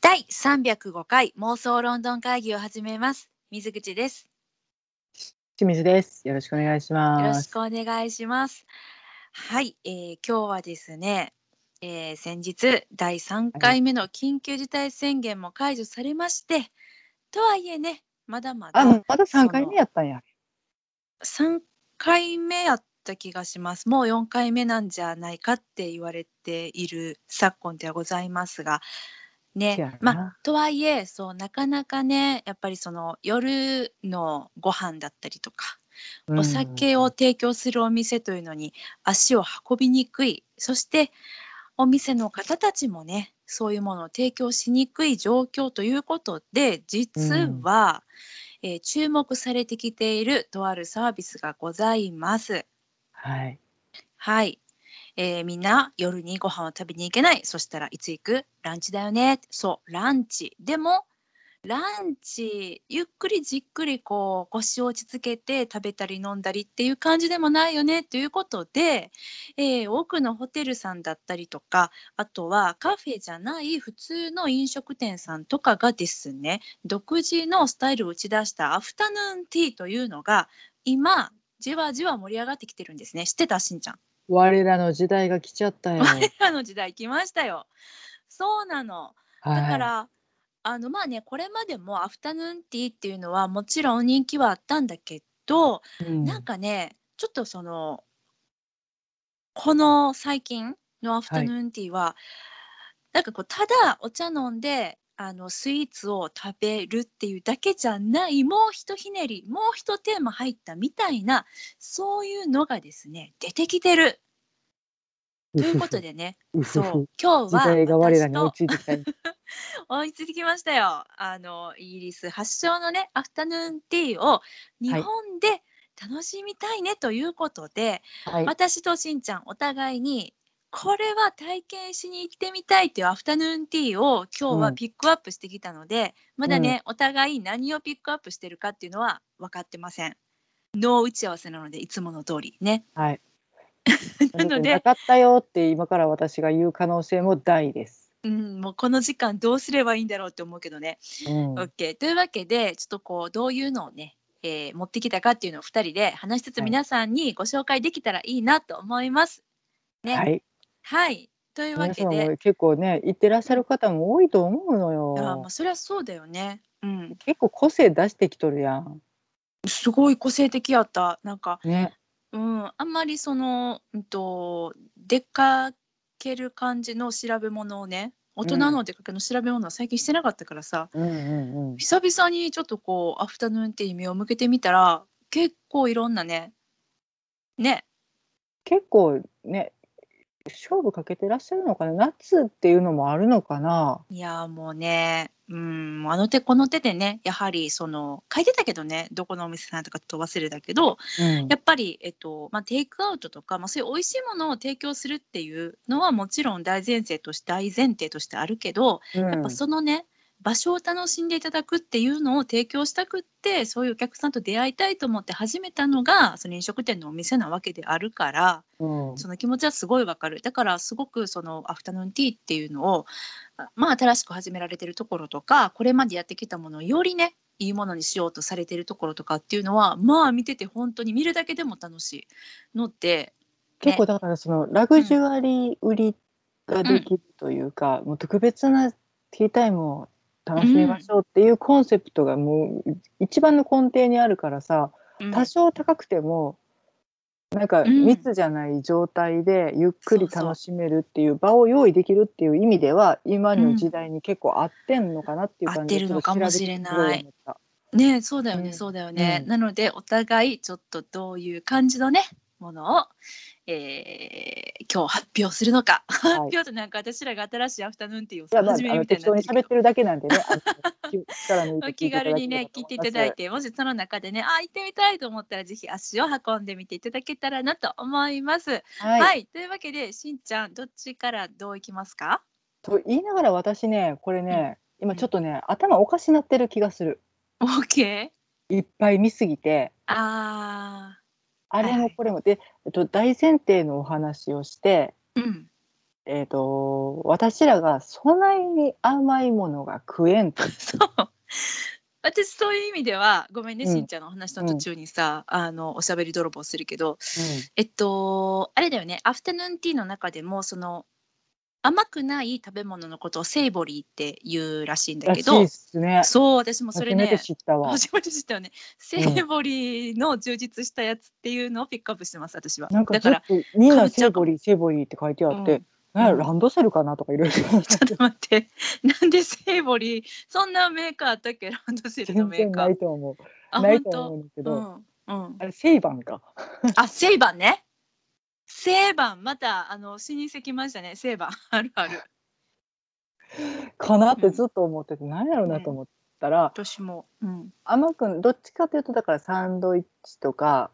第305回妄想ロンドン会議を始めます。水口です。清水です。よろしくお願いしよろましす。くお願いします。はい、えー今日はですね、えー先日第3回目の緊急事態宣言も解除されまして、とはいえね、まだまあ、もだうまだ三回目やったんや。 3回目やった気がします。もう4回目なんじゃないかって言われている昨今ではございますが、ねせや、まあなとはいえそうなかなかねやっぱりその夜のご飯だったりとかうんお酒を提供するお店というのに足を運びにくいそしてお店の方たちもねそういうものを提供しにくい状況ということで実は、えー注目されてきているとあるサービスがございます。はい。はい、えーみんな夜にご飯を食べに行けないそしたらいつ行くランチだよねそうランチでもランチゆっくりじっくりこう腰を落ち着けて食べたり飲んだりっていう感じでもないよねということで、えー多くのホテルさんだったりとかあとはカフェじゃない普通の飲食店さんとかがですね独自のスタイルを打ち出したアフタヌーンティーというのが今じわじわ盛り上がってきてるんですね知ってたしんちゃん我らの時代が来ちゃったよ。我らの時代来ましたよ。そうなの。だだから、あのまあねこれまでもアフタヌーンティーっていうのはもちろん人気はあったんだけど、なんかねちょっとそのこの最近のアフタヌーンティーは、なんかこうただお茶飲んであのスイーツを食べるっていうだけじゃないもうひとひねりもうひとテーマ入ったみたいなそういうのがですね出てきてるということでねうふそふ、う今日時代がは我ら私にと追いついてきた。追いついてきましたよ。あのイギリス発祥のねアフタヌーンティーを日本で楽しみたいねということで、はい。私としんちゃんお互いにこれは体験しに行ってみたいっていうアフタヌーンティーを今日はうんピックアップしてきたので、まだね、お互い何をピックアップしてるかっていうのは分かってません。ノー打ち合わせなのでいつもの通りね。はい。 なのなで、かったよって今から私が言う可能性も大です。うん、もうこの時間どうすればいいんだろうって思うけどね。うん。オッケーというわけでちょっとこうどういうのをね、えー持ってきたかっていうのを2人で話しつつはい皆さんにご紹介できたらいいなと思います。ね、ははい、い。というわ皆けさんでも結構ね、行ってらっしゃる方も多いと思うのいやーまよあ。そりゃそうだよね。うん、結構個性出してきとるやん。すごい個性的やったなんか、ね。うん、あんまりその、うん、と出かける感じの調べ物をね大人の出かけの調べ物は最近してなかったからさ、うんうんうん。久々にちょっとこうアフタヌーンティーに目を向けてみたら結構いろんなねね結構ね勝負かけてらっしゃるのかな夏っていうのもあるのかないやーもうねうんあの手この手でねやはりその書いてたけどねどこのお店さんとかちょっと忘れたけどうんやっぱり、えっとまあ、テイクアウトとか、まあ、そういう美味しいものを提供するっていうのはもちろん大前提として大前提としてあるけど、やっぱそのね場所を楽しんでいただくっていうのを提供したくってそういうお客さんと出会いたいと思って始めたのがその飲食店のお店なわけであるからうんその気持ちはすごいわかるだからすごくそのアフタヌーンティーっていうのをあまあ新しく始められてるところとかこれまでやってきたものをよりねいいものにしようとされてるところとかっていうのはまあ見てて本当に見るだけでも楽しいので結構だからそのラグジュアリー売りができるというか、もう特別なティータイムを楽しみましょうっていうコンセプトがもう一番の根底にあるからさうん多少高くてもなんかうん密じゃない状態でゆっくり楽しめるっていう場を用意できるっていう意味では今の時代に結構合ってんのかなっていう感じうん合ってるのかもしれないちょっと調べてみようと思った。ねそうだよね、うんそうだよね、うんなのでお互いちょっとどういう感じのねものを、えー今日発表するのか、発表となんか私らが新しいアフタヌーンティーをいや、さまあ、あ始めるのみたいに適な当っにてるけ喋っどてるだけなんでね。あの気力抜い てお気軽にね聞いていただいててもしその中でねあ行ってみたいと思ったらぜひ足を運んでみていただけたらなと思います。はい、いただけれというわばと思います。はい。けでしんちゃんどっちからどういきますかと言いながら私ね、これね、今ちょっとね、頭おかしなってる気がする。 ?OK? いっぱい見すぎて、ああれはいはもいこれも。で、えっと、大前提のお話をして、ーうんえっ、と、私らがそないに甘いものが食えんと。そう。私そういう意味ではごめんね、うんしんちゃんの話の途中にさ、あのおしゃべり泥棒するけどえっとあれだよねアフタヌーンティーの中でもその甘くない食べ物のことをセイボリーって言うらしいんだらけしいどっすね。そう私もそれ初めてね知ったわ。初めて知ったよねセイボリーの充実したやつっていうのをピックアップしてます私はなんかだずから、っとみんかなぶっちゃセうイボリーセイボリーって書いてあうっんて、なんやランドセルかなとかいろいろ言われてちょっと待って なんでセイボリーそんなメーカーあったっけランドセルの全メー然カなーいと思う。あない本と思当うんだけうど、んうんあれセイバンか。あ、セイバンね。セイバン、また、あの、死にせきましたね、セイバン。 あるある。かなってずっと思ってて、なんやろうなと思ったら、私も。うん。甘くんどっちかというとだからサンドイッチとか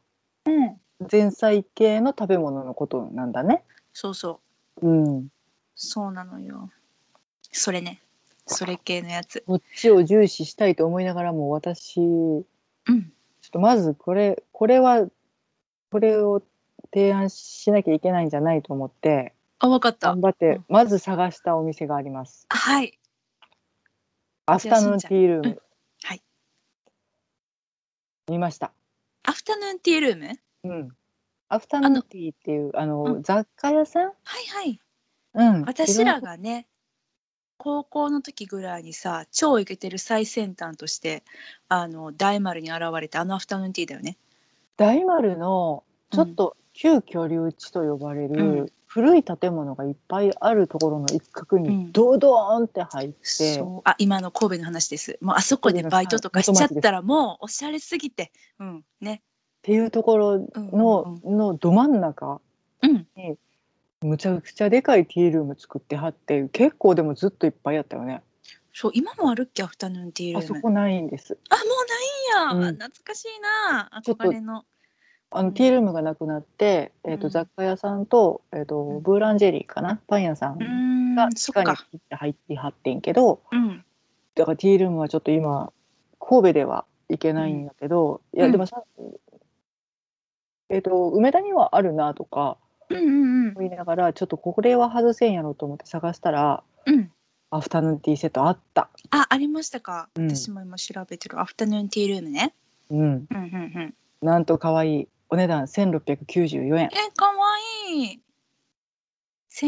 うん。前菜系の食べ物のことなんだね。そうそう。うん。そうなのよ。それね。それ系のやつ。こっちを重視したいと思いながらも私ちょうん。っとまずこれこれはこれを提案しなきゃいけないんじゃないと思ってあ、わかった頑。張っうてんまず探したお店があります。はい。アフタヌーンティールーじゃあしんちゃんうム。はい。見ました。アフタヌーンティールームはいうん。アフタヌーンティーっていうあのうん雑貨屋さん。はい。うん。私らがね、高校の時ぐらいにさ、超イケてる最先端として、あの、大丸に現れたあのアフタヌーンティーだよね。大丸のちょっと旧居留地と呼ばれうる古い建物がいっぱいあるところの一角うにんドドーンって入って、そうあ今の神戸の話ですもうあそこでバイトとかしちゃったらもうおしゃれすぎてうんねっていうところうんの,、のど真ん中うんむちゃくちゃでかいティールーム作ってはって結構でもずっといっぱいあったよね。そう今もあるっけアフタヌーンティールあーそムこないんです。あもうないんや、うん懐かしいなちょっと憧れのあうのんティールームがなくなって、えー、うとん雑貨屋さんと,、えー、とブーランジェリーかなパン屋さうーんんが地そ下っにか切って入ってはってんけど、うんだからティールームはちょっと今神戸では行けないんだけど、いやでもさ、えっ、と梅田にはあるなとかうんうんうん思いながらちょっとこれは外せんやろと思って探したらうんアフタヌーンティーセットあった。あありましたか、うん私も今調べてるアフタヌーンティールームねうん、うんうんうんなんと可愛いお値段1694円えかわいい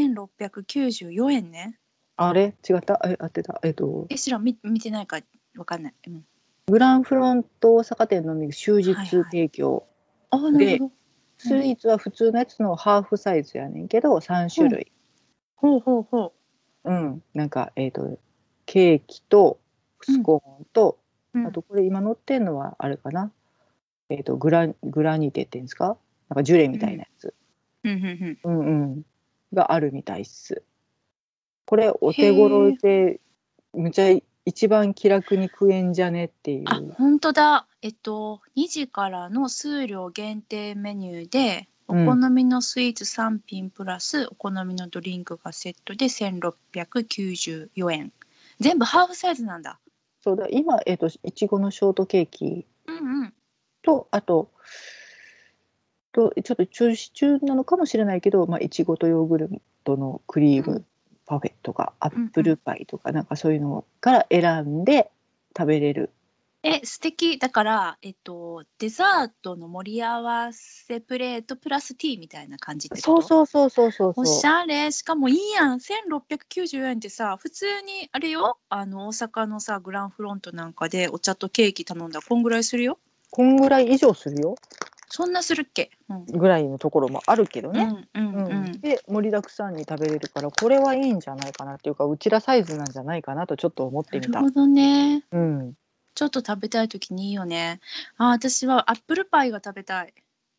1694円ねあれ違ったえ合ってたえっ、とえ知らん見見てないからわかんない、うん、グランフロント大阪店のみ終は日いはい提供、あなるほどスイーツは普通のやつのハーフサイズやねんけど3種類、ほうほうほううん、なんか、えっ、と、ケーキとスコーンと、うんあとこれ今乗ってんのはあれかな、えっ、とグラ、グラニテっていうんですかなんかジュレみたいなやつ、うんうんうんうん、うんがあるみたいっす。これお手頃で、むちゃ一番気楽に食えんじゃねっていあう。本当だえっと2時からの数量限定メニューでおうん好みのスイーツ3品プラスお好みのドリンクがセットで1694円全部ハーフサイズなんだそうだ、今、えっ、と、いちごのショートケーキうんうんと、あと、とちょっと中止中なのかもしれないけど、まあ、いちごとヨーグルトのクリーうムんパフェとかアんうんップルパイとかなんかそういうのから選んで食べれる、え素敵だからえっとデザートの盛り合わせプレートプラスティーみたいな感じってそううそうそうそうそうそおうしゃれしかもいいやん1694円ってさ普通にあれよあの大阪のさグランフロントなんかでお茶とケーキ頼んだらこんぐらいするよこんぐらい以上するよそんなするっけ、うん、ぐらいのところもあるけどね、うんうんうん。で盛りだくさんに食べれるからこれはいいんじゃないかなっていうかうちらサイズなんじゃないかなとちょっと思っなてみるたほ、どね。うん、ちょっと食べたいときにいいよね。あ、私はアップルパイが食べたい。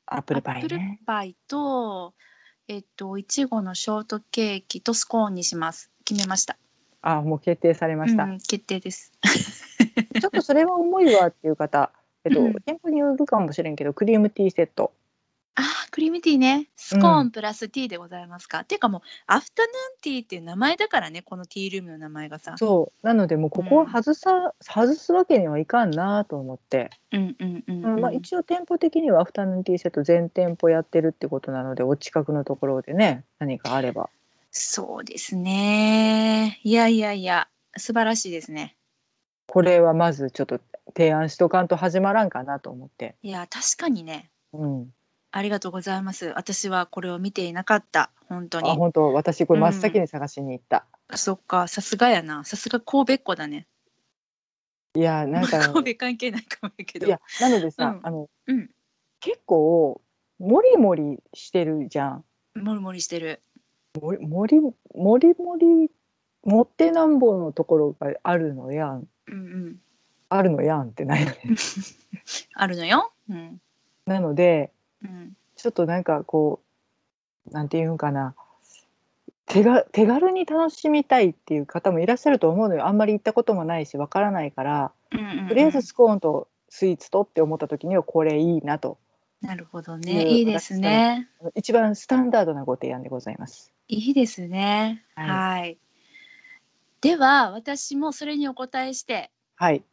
アップルパイアップルねパイと、えっと、いちごのショートケーキとスコーンにします。決めました。あもう決定されました、うん、決定です。ちょっとそれは重いわって いう方、えっとうん、店舗によるかもしれんけど、クリームティーセット。あー、クリームティーね。スコーうンプラスティーでございますか。っていうかもう、アフタヌーンティーっていう名前だからね、このティールームの名前がさ。そう。なので、もうここは外さ、外すわけにはいかんなと思って、うんうんうん、うんまあ、一応店舗的にはアフタヌーンティーセット全店舗やってるってことなので、お近くのところでね、何かあれば。そうですね。いやいやいや、素晴らしいですね。これはまずちょっと提案しとかんと始まらんかなと思って。いや、確かにね。うん。ありがとうございます。私はこれを見ていなかった。本当あ、に。本当私これ真っ先に探しに行った。そっか、さすがやな。さすが神戸っ子だね。いや、なんか、神戸関係ないかもやけど。いや、なのでさ、うんあの、うん結構、もりもりしてるじゃん。もりもりしてる。もりもり、もりもり、もってなんぼのところがあるのやん。うんうん。あるのやんってないのね。あるのよ。うん。なので、うん。ちょっとなんかこう、なんていうんかな。手が手軽に楽しみたいっていう方もいらっしゃると思うのよあんまり行ったこともないしわからないからうんうんうんとりあえずスコーンとスイーツとって思った時にはこれいいなとなるほどいね。ういいですね。一番スタンダードなご提案でございます。いいですね。ははいい。では、私もそれにお答えして、はい。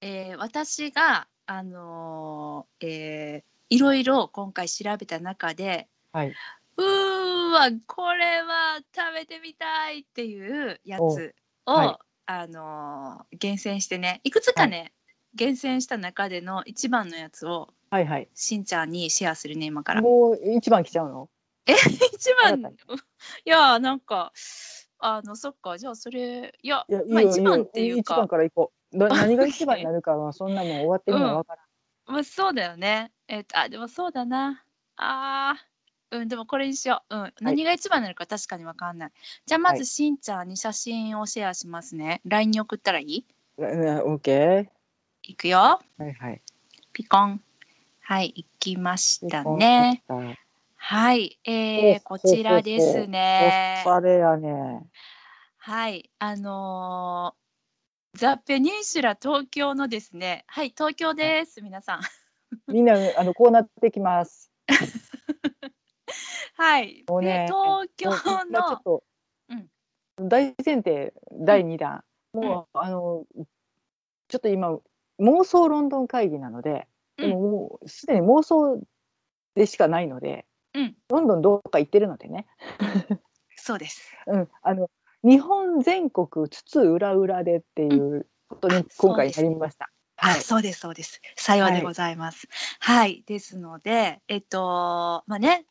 えー私が、あのーえーいろいろ今回調べた中で、はい。うーわ、これは食べてみたいっていうやつを、おはいあのー厳選してね、いくつかね、厳選した中での一番のやつを、はいはい。しんちゃんにシェアするね、今から。もう一番来ちゃうの一新た番に いやなんかあのそっかじゃあそれいやいや、いいよ、まあ、一い番よっていう一番かから行こ う。ど何が OK 一番になるかは、そんなもん終わってみのわからん。まあ、そうだよねえっ、とあでもそうだなあーうんでもこれにしよう、うん、何が一番なのか確かにわかんない、じゃあまはずいしんちゃんに写真をシェアしますね LINE に送ったらいいうんオッケいくよー。はいはい。ピコンはい行きましたねお疲はいえー、ほうほうほうほうこちらですねれやね。はい、あのーザ・ペニンシュラ東京のですね、はい、東京です、皆さん。みんな、あの、こうなってきます。はい、もうでね東京もうちょのっ、と。大前提、第二弾。もう、あの。ちょっと今。妄想ロンドン会議なので。でも、もう、すでに妄想。でしかないので。うん、どんどんどっか行ってるのでね。そうです。うん、あの日本全国津々浦々でっていうことに今回なりました。あ、はいそうです、そうです。幸いでございます。はい、ですので、えっと、まあね、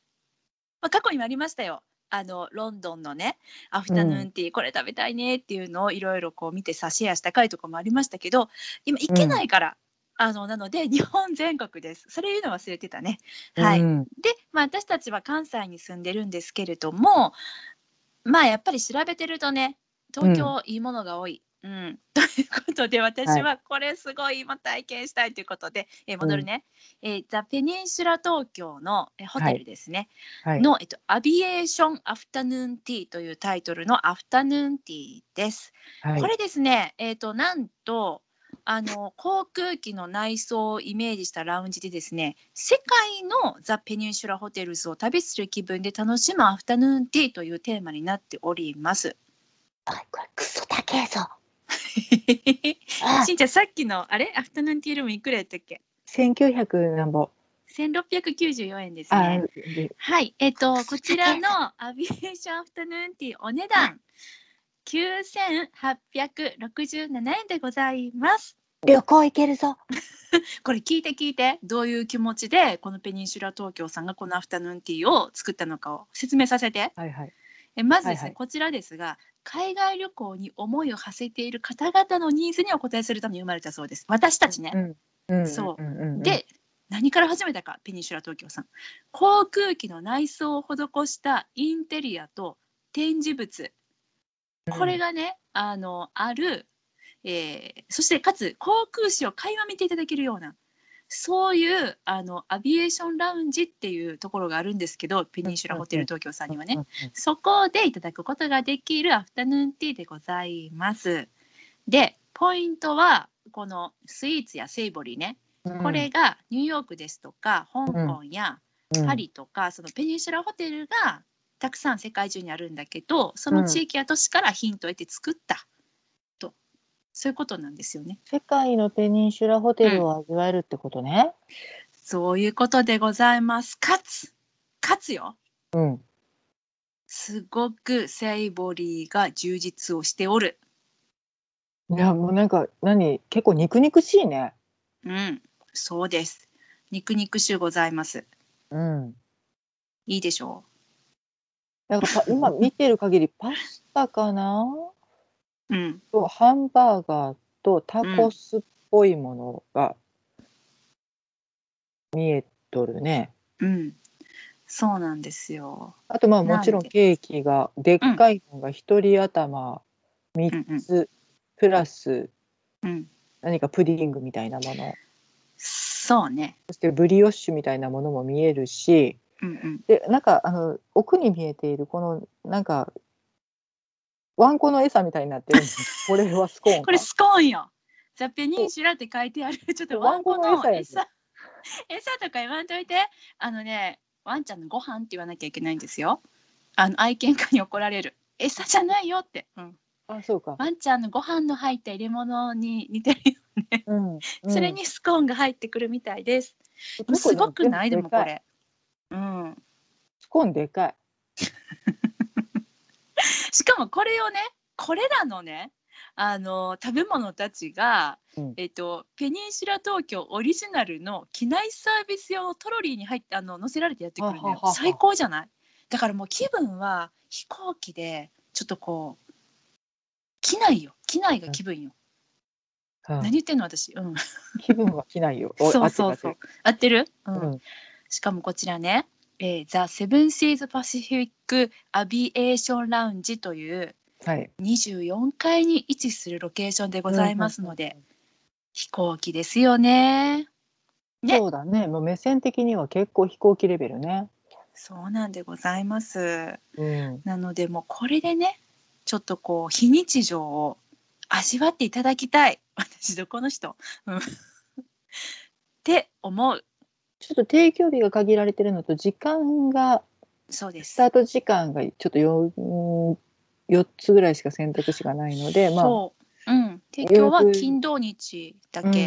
まあ、過去にもありましたよ。あのロンドンのねアフタヌーンティー、これ食べたいねっていうのをいろいろこう見てさシェアした回とかもありましたけど今行けないから、あのなので日本全国ですそれ言うの忘れてたねはい、うんで、まあ、私たちは関西に住んでるんですけれどもまあやっぱり調べてるとね東京いいものが多い。うん ということで私はこれすごい今体験したいということで、えー戻るね、えーザ・ペニンシュラ東京のえーホテルですね、はい、の、えっと、アビエーション・アフタヌーン・ティーというタイトルのアフタヌーンティーです。はいこれですね、えっとなんとあの航空機の内装をイメージしたラウンジでですね世界のザ・ペニンシュラホテルズを旅する気分で楽しむアフタヌーンティーというテーマになっております。これクソだけぞ。しんちゃんさっきのあれアフタヌーンティールームいくらやったっけ千九百なんぼ。 1694円ですあね。、ではい、えっ、と、こちらのアビエーションアフタヌーンティーお値段9867円でございます。旅行行けるぞ。これ聞いて聞いて、どういう気持ちでこのペニンシュラ東京さんがこのアフタヌーンティーを作ったのかを説明させて。はいはい。えまずですね、はいはいこちらですが、海外旅行に思いを馳せている方々のニーズにお応えするために生まれたそうです。私たちね。うんうんそううんうんうん、で何から始めたかペニンシュラ東京さん航空機の内装を施したインテリアと展示物これが、がね、あのある、えーそしてかつ航空史を垣間見ていただけるようなそういうあのアビエーションラウンジっていうところがあるんですけどペニンシュラホテル東京さんにはねうんうんそこでいただくことができるアフタヌーンティーでございます。で、ポイントは、このスイーツやセイボリーね、うんこれがニューヨークですとか、香港やパ、リとか、そのペニンシュラホテルがたくさん世界中にあるんだけど、その地域や都市からヒントを得て作ったと、そういうことなんですよね。世界のペニンシュラホテルを味わえるってことね。そういうことでございます。かつ、かつよ、うん。すごくセイボリーが充実をしておる。いやもうなんか何結構肉肉しいね。うん、そうです。肉肉種ございます。うん。いいでしょなんかパ今見てる限りパスタかなう。うん、とハンバーガーとタコスっぽいものが見えとるね。うん、そうなんですよ。あとまあもちろんなんでケーキがでっかいのが一人頭うんう3んつプラスうん、何かプディングみたいなものそうね。そしてブリオッシュみたいなものも見えるしうんうん、でなんかあの奥に見えているこのなんかワンコの餌みたいになって るこれはスコーンかこれスコーンよ。ザ・ペニンシュラって書いてある。ちょっとワンコのワンコの餌やで餌、餌とか言わんといて。あのね、ワンちゃんのご飯って言わなきゃいけないんですよ。あの愛犬家に怒られる。餌じゃないよって。うん、あそうか、ワンちゃんのご飯の入った入れ物に似てるよ。うんうんそれにスコーンが入ってくるみたいです。すごくないでもこれ。うん、スコーンでかいしかもこれをねこれらのねあの食べ物たちが、うんえっとペニンシュラ東京オリジナルの機内サービス用のトロリーに入ってあの乗せられてやってくるのははよはは最高じゃないだからもう気分は飛行機でちょっとこう機内よ機内が気分よ、うん何言ってんの私うん気分は着ないよ おそう合ってそうる合ってそうる合ってる、うんうんしかもこちらね、えー、ザ・セブンシーズ・パシフィック・アビエーション・ラウンジというはい24階に位置するロケーションでございますので、飛行機ですよね。ねそうだねもう目線的には結構飛行機レベルねそうなんでございます。うんなのでもうこれでねちょっとこう非日常を味わっていただきたい私どこの人、うん、って思うちょっと定休日が限られてるのと時間がそうでスす。タート時間がちょっと 4, 4つぐらいしか選択肢がないので、まあ、そう、うん、提供は予約金土日だうんけ、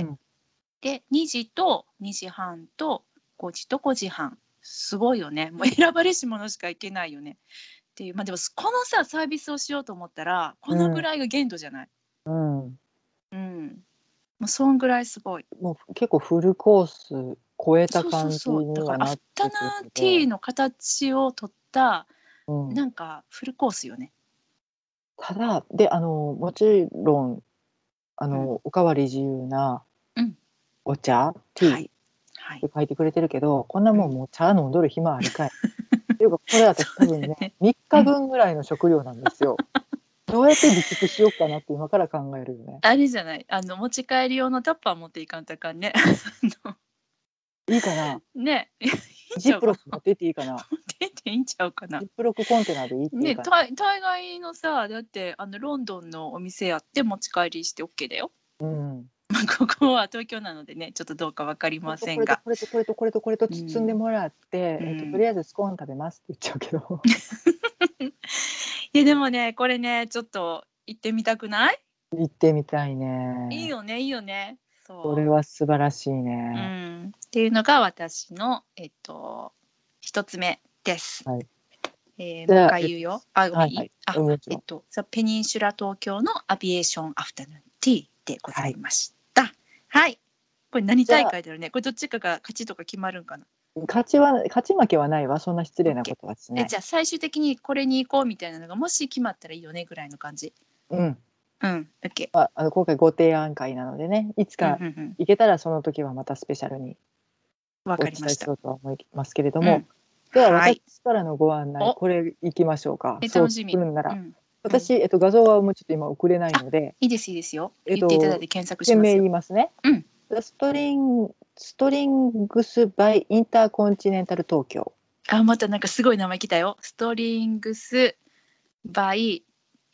で2時と2時半と5時と5時半すごいよねもう選ばれし者しか行けないよねっていうまあでもこのさサービスをしようと思ったらこのぐらいが限度じゃない、うんうんもうそんぐらいすごいもう結構フルコース超えた感じそうそうそうにだからはなアフってタヌーンティーの、の形を取ったうんなんかフルコースよねただであのもちろんあの、おかわり自由なうんお茶、ティーはっいはいて書いてくれてるけどこんなもんもう茶飲んどる暇 あるかい。っていうかこれ私多分そうだねね3日分ぐらいの食料なんですよ。 どうやって備蓄しようかなって今から考えるよね。あれじゃないあの持ち帰り用のタッパー持っていかんとあかんね あいいかなのねえジップロック持ってっていいかな出ていいんちゃうかなジップロックコンテナでいいっていねいかな、大大概のさだってあのロンドンのお店やって持ち帰りして OK だよ。 うん、まあここは東京なのでねちょっとどうか分かりませんがこれとこれとこれとこれとこれと包んでもらって、うんえっうんと、とりあえずスコーン食べますって言っちゃうけど いやでもねこれねちょっと行ってみたくない、行ってみたいねいいよねいいよね。そうこれは素晴らしいうね、ん、っていうのが私のえっと一つ目です。はいえーじゃあもう一回言うよ。あごめん、はいはいいあうんもちえろっんと、ザ・ペニンシュラ東京のアビエーションアフタヌーンティーでございました。はい。これ何大会だろうね。これどっちかが勝ちとか決まるんかな。勝ちは勝ち負けはないわそんな失礼なことはしなえいじゃあ最終的にこれに行こうみたいなのがもし決まったらいいよねぐらいの感じ。うんうん。OK。まあ、あの今回ご提案会なのでねいつうんかうんうん行けたらその時はまたスペシャルにわおか伝りまえし。したようとは思いますけれどうも、んでははい私からのご案内、おこれ行きましょうかえ楽しみそうするんなら、うん私、えっと、画像はもうちょっと今送れないのでいいですいいですよ。え言っとっていただいて検索し店ます名よ。言いますね。うんストリンストリングス・バイ・インターコンチネンタル東京。あ、またなんかすごい名前来たよ。ストリングス、バイ、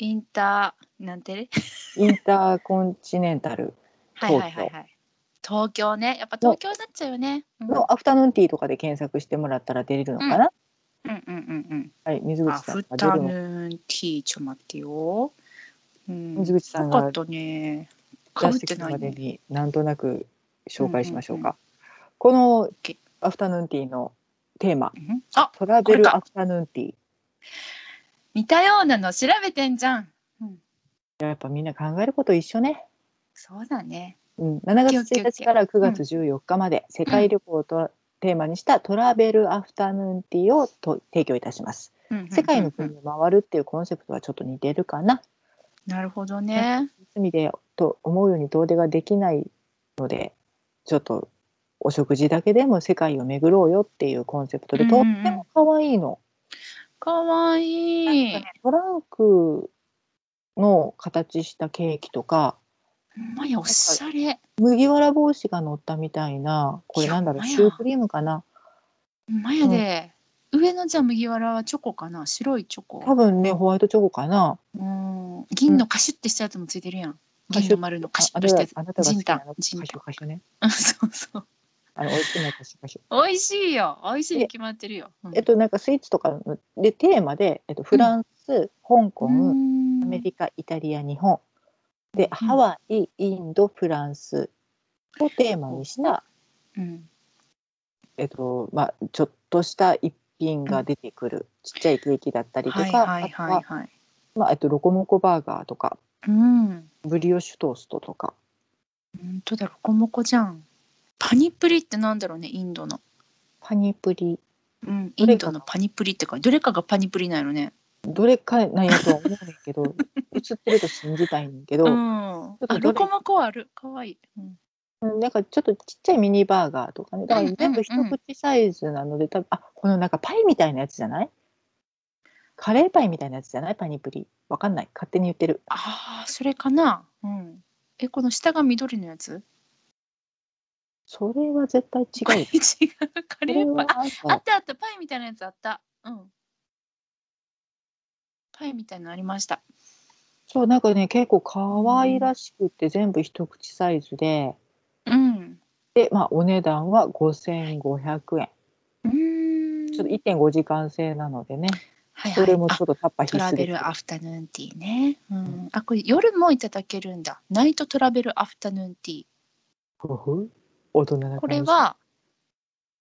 インター、なんてねインターコンチネンタルはいはいはいはい。東京ね。やっぱ東京になっちゃうよね。うんうんのアフタヌーンティーとかで検索してもらったら出れるのかな、うんうんはい、水うん。口アさんフが出タるヌの。ーンティー、ちょっと待ってよ。うん。水口さんよかがったね。か出ぶっしててくるないまでね。になんとなく紹介しましょうか。こ OK のアフタヌーンティーのテーマうんあ「トラベこれル・かアフタヌーンティー」似たようなの調べてんじゃん。やっぱみんな考えること一緒ね。そうだね。うん、7オッ月ケーオッケー1日から9月14日まで世界旅行をとらテーマにしたトラベルアフタヌーンティーをと提供いたします。うんうんうんうん世界の国を回るっていうコンセプトはちょっと似てるかな。なるほどね。罪でと思うように遠出ができないので、ちょっとお食事だけでも世界を巡ろうよっていうコンセプトで、うんとうっんうんても可愛いの。かわいい。トランクの形したケーキとか、ほんまやおしゃれ。麦わら帽子が乗ったみたいな、これなんだろう、いやシュークリームかな。ほんまやで。上のじゃあ麦わらはチョコかな白いチョ多コ。分ね、ホワイトチョコかな。うん。銀のカシュッてしたやつもついてるやん。カ銀シュのッ丸のあカシュッあとなしたたやつあな。たがジ好ンきなタあンの。カシジンタンュカシュね。あそうそう。あの、美味しいのカシュカシュ。美味しいよ。美味しいに決まってるよ。うんえっと、なんかスイーツとかので、テーマで、えっと、フランス、香港、うんアメリカ、イタリア、日本。うで、んハワイ、インド、フランスをテーマにした、うん。えっと、まあ、ちょっとした一品が出てくる、ちっちゃいケーキだったりとはいか、はいはあいとははい。まあ、えっと、ロコモコバーガーとか、うん。ブリオッシュトーストとか、本当だ、ロコモコじゃん。パニプリってなんだろうね、インドの。パニプリ、うん、イどれンかドのパニプリってか、どれかがパニプリなんやろね。どれかなんやとは思うねんだけど、映ってると信じたいねんだけど、 うん。あちょっとど、れロコモコある。かわいい。うんうんなんかちょっとちっちゃいミニバーガーとかね、だから全部一口サイズなので、多分あこのなんかパイみたいなやつじゃないカレーパイみたいなやつじゃないパニプリ。わかんない。勝手に言ってる。ああ、それかな。うん。え、この下が緑のやつそれは絶対これ違う。 違う。カレーパイ。あこれはあったあった、パイみたいなやつあった。うん。パイみたいなのありました。そう、なんかね、結構可愛らしくて、全部一口サイズで、うん。で、まあ、お値段は5500円。うーん。ちょっと1.5時間制なのでね、はいはこいれもあちょっとタッパート必ラ須ベでルアフタヌーンティーね。うん。あ、これ夜もいただけるんだ。ナイトトラベルアフタヌーンティー。ふふ大人な感じこれは、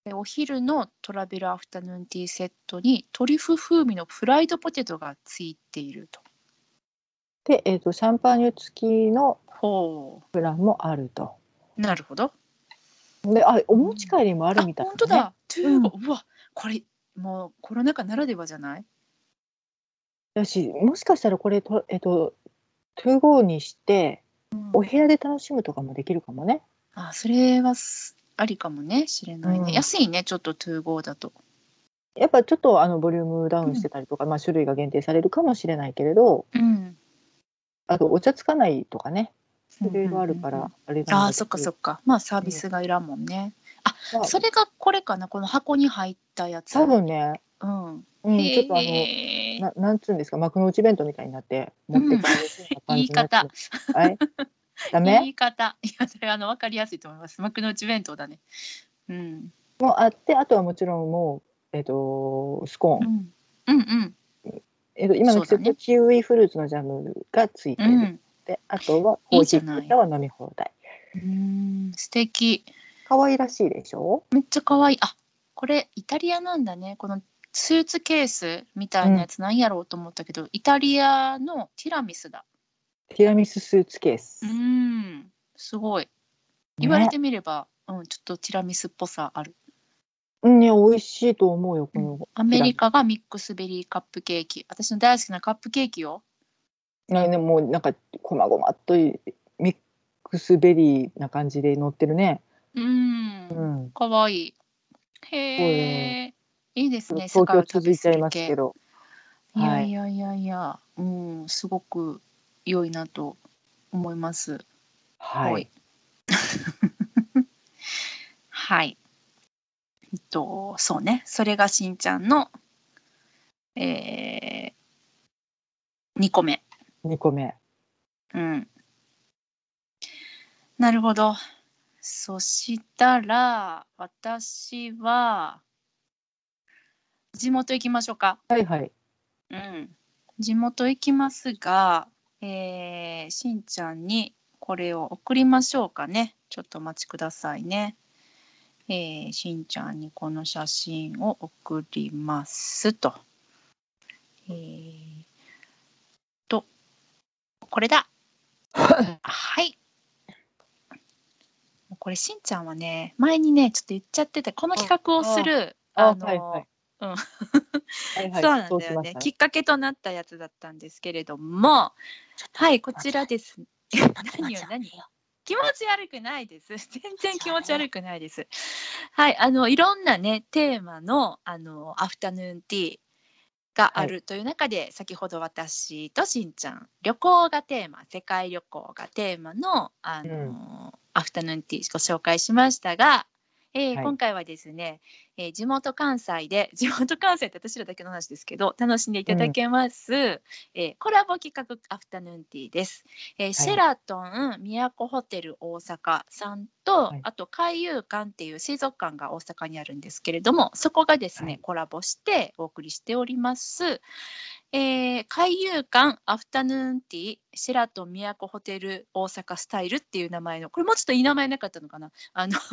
えお昼のトラベルアフタヌーンティーセットにトリュフ風味のフライドポテトがついていると。で、えっとシャンパーニュ付きのほプランもあると。う。なるほど。で、あ、お持ち帰りもああるみたいな、ね。本当だ。トゥーゴ、うわ、これ、もうコロナ禍ならではじゃないだし、もしかしたらこれと、えっと、トゥーゴーにして、お部屋で楽しむとかもできるかもね。あ、それはすありかもね、知れないね。うん安いね、ちょっとトゥーゴーだと。やっぱちょっとあのボリュームダウンしてたりとか、まあ、種類が限定されるかもしれないけれど、うん。あとお茶つかないとかね、いろいろあるかうんうんら、あれなんだけどあーそっかそっか。まあ、サービスがいらんもんね。まあそれがこれかな、この箱に入ったやつ。多分ね、うん。うん、へちょっとあの、ーななんつうんですか、幕の内弁当みたいになって、持って帰るような感じになってうんはい。ダ言メい方。いや、それはあの分かりやすいと思います。幕の内弁当だね。うん。もあって、あとはもちろんもう、えっと、スコーンう。ん。うんうん。えっと、今の季そうだ節、ねキウイフルーツのジャムがついてうる、ん。であとはコーヒいいじゃないーとかは飲み放題うん。素敵。可愛らしいでしょめっちゃ可愛い。あ、これイタリアなんだね。このスーツケースみたいなやつなんやろうと思ったけど、イタリアのティラミスだ。ティラミススーツケース、うん。すごい。言われねてみれば、うん、ちょっとティラミスっぽさある。うんね美味しいと思うよこの、アメリカがミックスベリーカップケーキ。私の大好きなカップケーキよ。なんかねもうなんかこまごまっといミックスベリーな感じで乗ってるねうん。うんかわいい。そうへえね。いいですね。東京世界を旅続いちゃいまする系け。どいやはいいやいやいや、うん、すごく良いなと思います。はい、はいはい。えっと、そうね。それがしんちゃんの、えー、2個目。 2個目うん。なるほど。そしたら、私は、地元行きましょうか。はい はいうん。地元行きますが、えー、しんちゃんにこれを送りましょうかね。ちょっとお待ちくださいね。えー、しんちゃんにこの写真を送りますと。えー、これだはいもうこれしんちゃんはね前にねちょっと言っちゃっててこの企画をするあの、はいはい。うんはいはい。 そうなんそうだしよまねしたきっかけとなったやつだったんですけれどもはいこちらです 何よ何よ気持ち悪くない です全然気持ち悪くないですはいあのいろんなねテーマのあのアフタヌーンティーがあるという中で、先ほど私としんちゃん旅行がテーマ世界旅行がテーマのあの、アフタヌーンティーご紹介しましたが、えーはい今回はですね、えー地元関西で 地元関西って私らだけの話ですけど楽しんでいただけます、えーコラボ企画アフタヌーンティーです、えーシェラトン都ホテル大阪さんと、はいあと海遊館っていう水族館が大阪にあるんですけれどもそこがですね、はいコラボしてお送りしております、えー海遊館アフタヌーンティーシェラトン都ホテル大阪スタイルっていう名前のこれもうちょっといい名前なかったのかなあの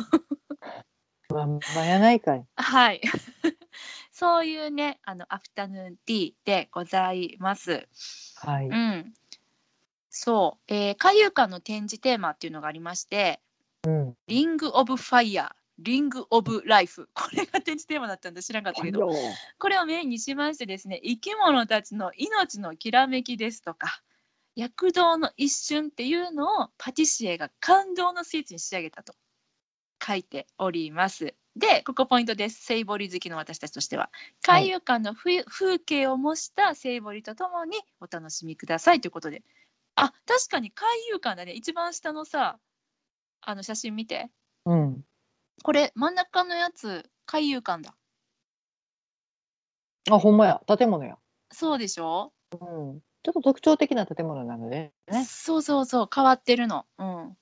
まあ、まやないかい。はい そういうねあのアフタヌーンティーでございますはい。うんそう、えー海遊館の展示テーマっていうのがありましてうん。リング・オブ・ファイヤーリング・オブ・ライフこれが展示テーマだったんだ知らなかったけどこれをメインにしましてですね生き物たちの命のきらめきですとか躍動の一瞬っていうのをパティシエが感動のスイーツに仕上げたと書いております。でここポイントですセイボリ好きの私たちとしてははい海遊館のふ風景を模したセイボリとともにお楽しみくださいということであ確かに海遊館だね一番下のさあの写真見てうん。これ真ん中のやつ海遊館だあ、ほんまや。建物や。そうでしょうん。ちょっと特徴的な建物なのでね。そうそうそう変わってるの。うん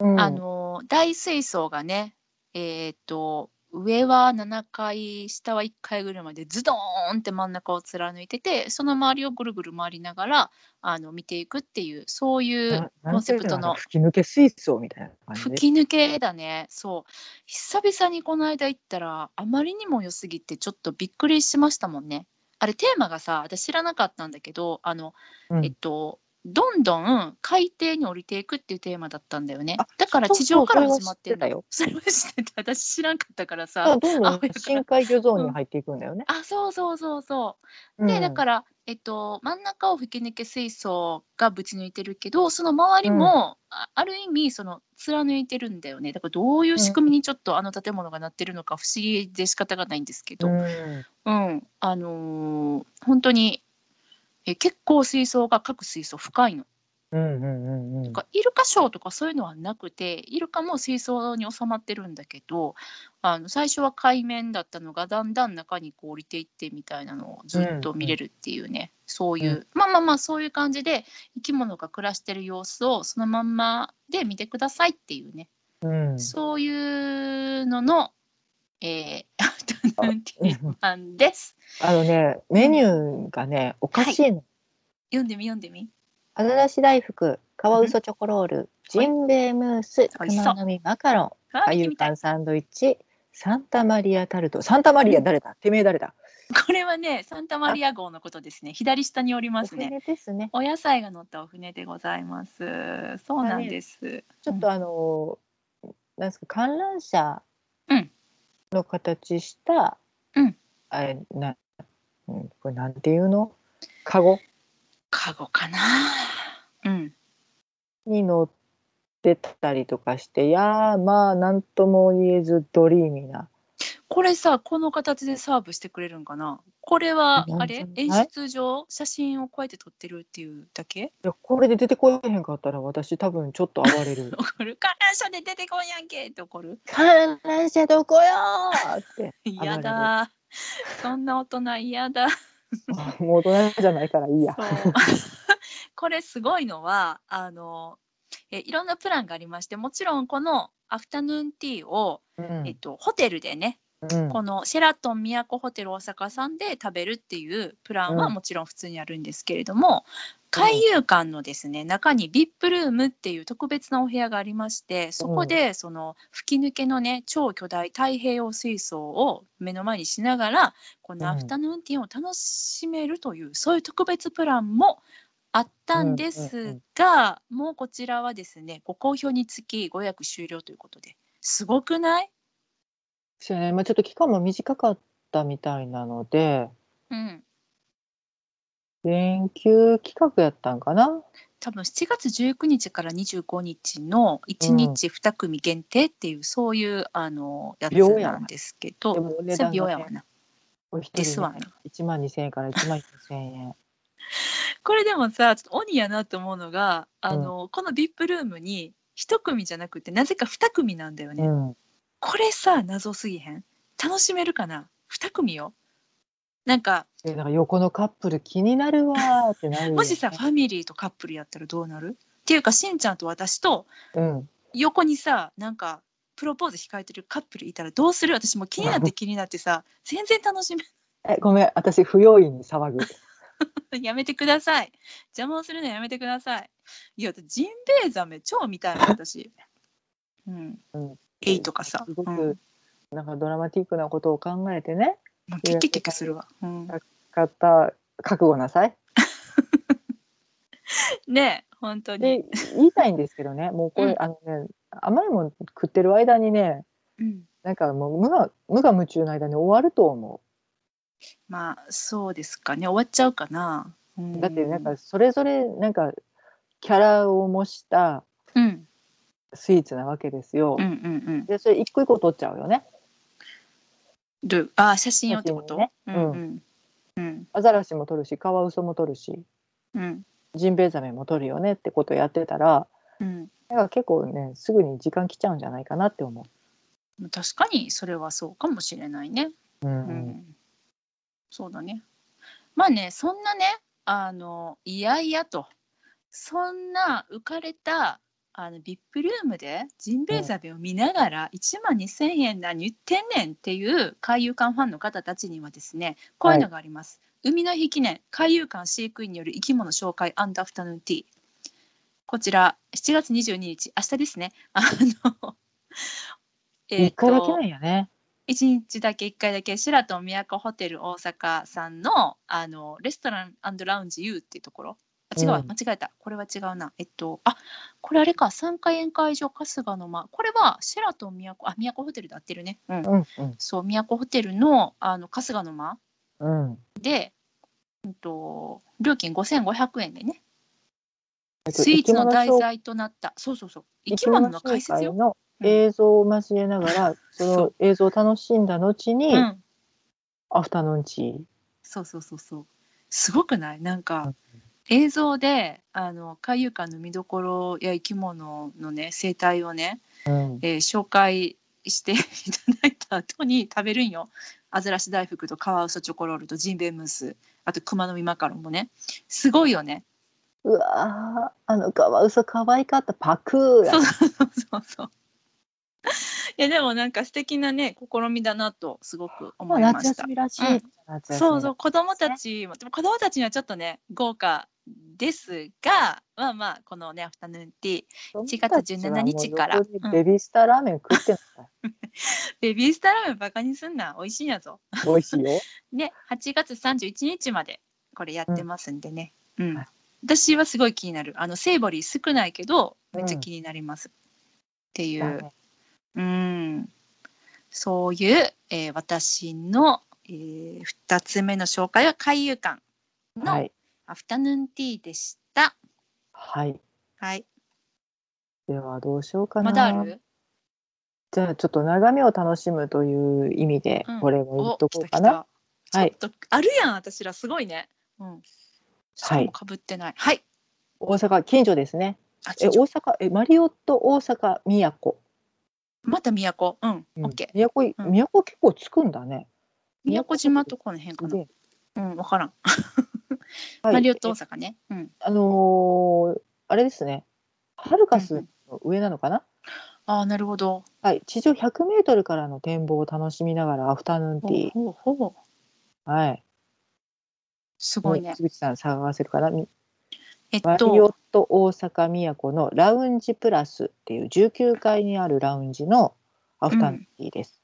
うん、あのー大水槽がねえっ、と上は7階下は1階ぐらいまでズドーンって真ん中を貫いててその周りをぐるぐる回りながらあの見ていくっていうそういうなコンセプトなんのていうか吹き抜け水槽みたいな感じで。吹き抜けだねそう久々にこの間行ったらあまりにも良すぎてちょっとびっくりしましたもんねあれテーマがさ私知らなかったんだけどあのうんえっと、どんどん海底に降りていくっていうテーマだったんだよねあ。だからそう地上からそう始まってんだよ。 それは知ってた。私知らんかったからあさ。どんあど青んいから深海魚ゾーンに入っていくんだよね。あ、そうそうそうそう。で、だから、えっと、真ん中を吹き抜け水槽がぶち抜いてるけど、その周りも、あある意味、その、貫いてるんだよね。だから、どういう仕組みにちょっとあの建物がなってるのか不思議で仕方がないんですけどう。ん、うん、あのー本当に、え結構水槽が各水槽深いの。うんうんうんうん。かイルカショーとかそういうのはなくてイルカも水槽に収まってるんだけどあの最初は海面だったのがだんだん中にこう降りていってみたいなのをずっと見れるっていうね、そういう、うまあまあまあそういう感じで生き物が暮らしてる様子をそのまんまで見てくださいっていうね、うん。そういうのの、えー、アフ タヌーンティーなんです。あのねメニューがねおかしいの。読んでみ読んでみ。アザラシ大福、カワウソチョコロール、ジンベエムース、美ク味しそうマノミマカロン、あア見てユみたカいンサンドイッチ、サンタマリアタルト。サンタマリア誰だ、てめえ誰だこれはねサンタマリア号のことですね左下におりますね。お船ですね。お野菜が乗ったお船でございます。そうなんです。ちょっとあのーなんですか、観覧車うんの形した、うんあれな、うんこれなんていうのカゴカゴかな。うん。に乗ってたりとかして、いやーまあ、なんとも言えずドリーミーな。これさ、この形でサーブしてくれるんかな。これはなんあじゃれない演出上写真をこうやって撮ってるっていうだけ？いやこれで出てこえへんかったら私多分ちょっと暴れる。怒る。観覧車で出てこんやんけって怒る。 観覧車どこよーって。嫌だ。そんな大人嫌だ。 もう大人じゃないからいいや。そうこれすごいのはあのえいろんなプランがありまして、もちろんこのアフタヌーンティーを、うえっんと、ホテルでねうんこのシェラトン都ホテル大阪さんで食べるっていうプランはうんもちろん普通にあるんですけれども、海遊館のですね中に VIP ルームっていう特別なお部屋がありましてそこでその吹き抜けのね超巨大太平洋水槽を目の前にしながらこうんのアフタヌーンティーを楽しめるというそういう特別プランもあったんですが、もうこちらはですねご好評につきご予約終了ということですごくない、そうね、まあ、ちょっと期間も短かったみたいなので、うん、連休企画やったんかな。多分7月19日から25日の1日2組限定っていう、そういうあのやつ秒やななんですけでどもお値それ段秒がやねわなお一です人わねな1万2000円から1万4000円。 これでもさちょっと鬼やなと思うのがあの、この VIP ルームに1組じゃなくてなぜか2組なんだよね、うん。これさ謎すぎへん楽しめるかな2組よなんかでなんか横のカップル気になるわーってなるよ ね。もしさ、ファミリーとカップルやったらどうなるっていうかしんちゃんと私とうん。横にさなんかプロポーズ控えてるカップルいたらどうする私もう気になって気になってさ全然楽しめえ、ごめん、私不用意に騒ぐ。ない やめてください邪魔をするのやめてくださいいやジンベエザメ超見たいな私うん、うん エイとかさ、すごうく、ん、もなんかドラマティックなことを考えてね、うキッキッキッキするわ、うん、買った覚悟なさい。ねえ本当に、で、言いたいんですけどね、もうこれ、うんあのね、甘いもん食ってる間にね、うん、なんかもう無我無我夢中の間に終わると思まあそうですかね終わっちゃうかな、うん、う。だってなんかそれぞれなんかキャラを模したうんスイーツなわけですよ。うんうんうんでそれ一個一個取っちゃうよね。どうあ写真をってこと、写う真んをうねんうんアザラシも取るしカワウソも取るしうんジンベエザメも取るよねってことやってたらうんなんか結構ねすぐに時間来ちゃうんじゃないかなって思確かにそれはそうかもしれないね。う。ううんんそうだね。まあねそんなねあのいやいやとそんな浮かれたあのビップルームでジンベエザメを見ながら1万2000円何言ってんねんっていう海遊館ファンの方たちにはですねこういうのがあります。海の日記念海遊館飼育員による生き物紹介アフタヌーンティー。こちら7月22日明日ですね。あの えー一と回だけなんやね。一日だけ一回だけシェラトン都ホテル大阪さんのあのレストランラウンジ U っていうところあ違うわ、うん間違えたこれは違うなえっとあこれあれか3回宴会場春日の間これはシェラトン都あ都ホテルで合ってるねうんうんそう都ホテルのあの春日の間うんうん。で、うん、と料金5500円でねえっとスイーツの題生き物紹材となったそうそうそう生き物の解説よ、の映像を交えながら、そそのう映像を楽しんだ後に、うん、アフタヌーンチー。そうそうそうそうすごくないなんか、うん映像であの海遊館の見どころや生き物のね生態をね、うん、えー紹介していただいた後に食べるんよアザラシ大福とカワウソチョコロールとジンベエムースあと熊の実マカロンもねすごいよねうわーあのカワウソ可愛かったパクーそうそうそうそうそういやでもなんか素敵なね試みだなとすごくも思ういま夏した休みらしい、うん夏休みそうそう子供たちもでも子供たちにはちょっとね豪華ですがまあまあこのねアフタヌーンティー1 7月17日からうんベビースターラーメン食ってんのかベビースターラーメンバカにすんな美味しいんやぞ美味しいよ。ね8月31日までこれやってますんでねうん、はい私はすごい気になるあのセイボリー少ないけどめっちゃうん気になります、っていだうねうんそういう、えー私の、え2つ目の紹介は海遊館はのい。アフタヌーンティーでした、はい。はいではどうしようかな。まだあるじゃあちょっと眺めを楽しむという意味でうんこれも言っお、と来こうたか来な。た。はいちょっとあるやん、私らすごいね。うん。しかもかぶってない。はい。大阪近所ですね。あ、えち大ょ阪えマリオット大阪宮古。また都。うん。うオんッケー。宮古うん宮古結構つくんだね。宮古島とこの辺かな。で、うん、わからん。はいマリオット大阪ね。うん。あのーあれですね。ハルカスの上なのかな。ああ、なるほど。はい、地上100メートルからの展望を楽しみながらアフタヌーンテほうィー。ほうほう。はい。すもごういね。口さん探せるかな。みえっマリとオッ、ト大阪都のラウンジプラスっていう19階にあるラウンジのアフタヌーンティーです。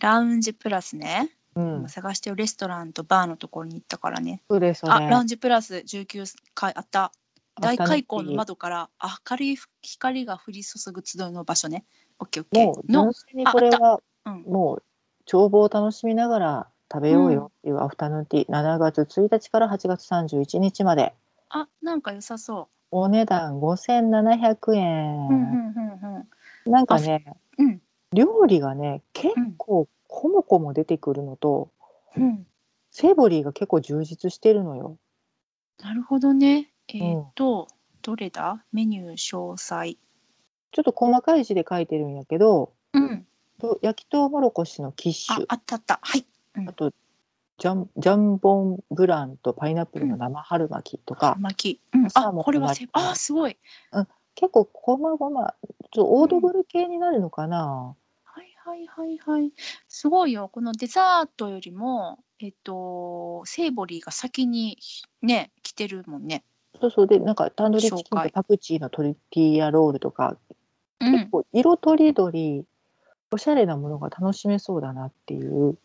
ラウンジプラスね。うん今、探してるレストランとバーのところに行ったからね。そうですあ、ラウね。ンジプラス19階あった。大開口の窓から明るい光が降り注ぐ集いの場所ね。オッケーオッケもうー。の純、粋にこれはうん、もう眺望を楽しみながら食べようよっていうアフタヌーンティー、7月1日から8月31日まであ、なんか良さそお値段5700う。うんう円、んうんうん。なんかねうん料理がね結うん構こもこも出てくるのとうん。セボリーが結構充実してるのよなるほどね。えっ、と、どれだメニュー詳細。ちょっと細かい字で書いてるんやけどうん。と焼きとうもろこしのキッシあュ、あったあった。はい。あとジャンジャンボンブランとパイナップルの生春巻きとか、巻き。うん。サあ、ーモンこれはのせ巻、きあ、すごい。結構こまごまちょっとオードブル系になるのかな、はいはいはいはい。すごいよ。このデザートよりも、えっと、セーボリーが先にね、来てるもんね。そうそうでなんかタンドリーチキン紹と介パクチーのトリティーヤロールとか、うん。結構色とりどりおしゃれなものが楽しめそうだなっていう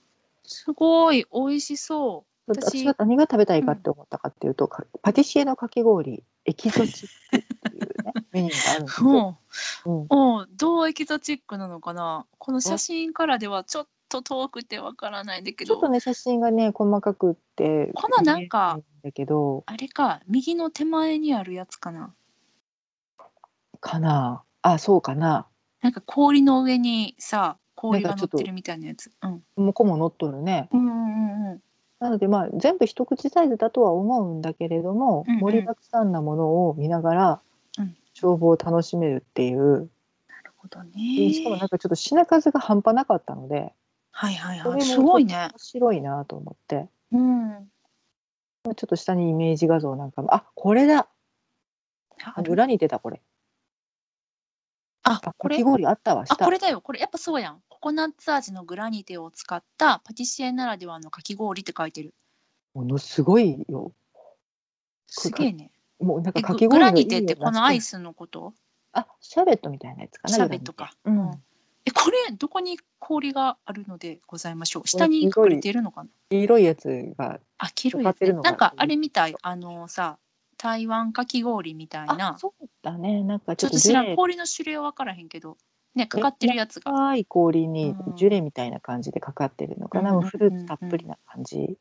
すごい。美味しそ私私が何が食べたいかって思ったかっていうと、かパティシエのかき氷エキゾチックってい う、ね、メニューがあるんですう。よ、おうん、おどうエキゾチックなのかなこの写真からではちょっと遠くてわからないんだけちょっどと、ね写真がね細かくってこのなんか見えないんだけどあれか、右の手前にあるやつかな。かなあそうかななんか氷の上にさ、氷ながんか乗っちょっとてるみたいなやつ。うん。もこも乗っとるねうんうんうんなのでまあ全部一口サイズだとは思うんだけれども、うんうん盛りだくさんなものを見ながらうん眺望を楽しめるっていう、なるほどでしかもねなん。かちょっと品数が半端なかったのではいはいそれはもい。すごいね面。白いなと思ってうん。まあちょっと下にイメージ画像なんかもあこれだああの裏に出たこれああ、こかれき。氷あったわあ、下これだよ。これやっぱそうやん。ココナッツ味のグラニテを使ったパティシエならではのかき氷って書いてる。ものすごいよすげえね。もうなんえかかグきグ氷ラのいいニテってこのアイスのことあシャーベットみたいなやつかなシャーベットか。グラニテうんえ、これどこに氷があるのでございましょう。下に隠れているのかな黄色いやつがあ、黄色いやかかっつてね。るのがなんかあれみたい。あのさ、台湾かき氷みたいあな。そうだねなんかちちょょっっとと知らジュん。レ氷の種類は分からへんけど。ね、かかってるやつが。深い氷にうんジュレみたいな感じでかかってるのかな、うんもうフルーツたっぷりな感じ、いやー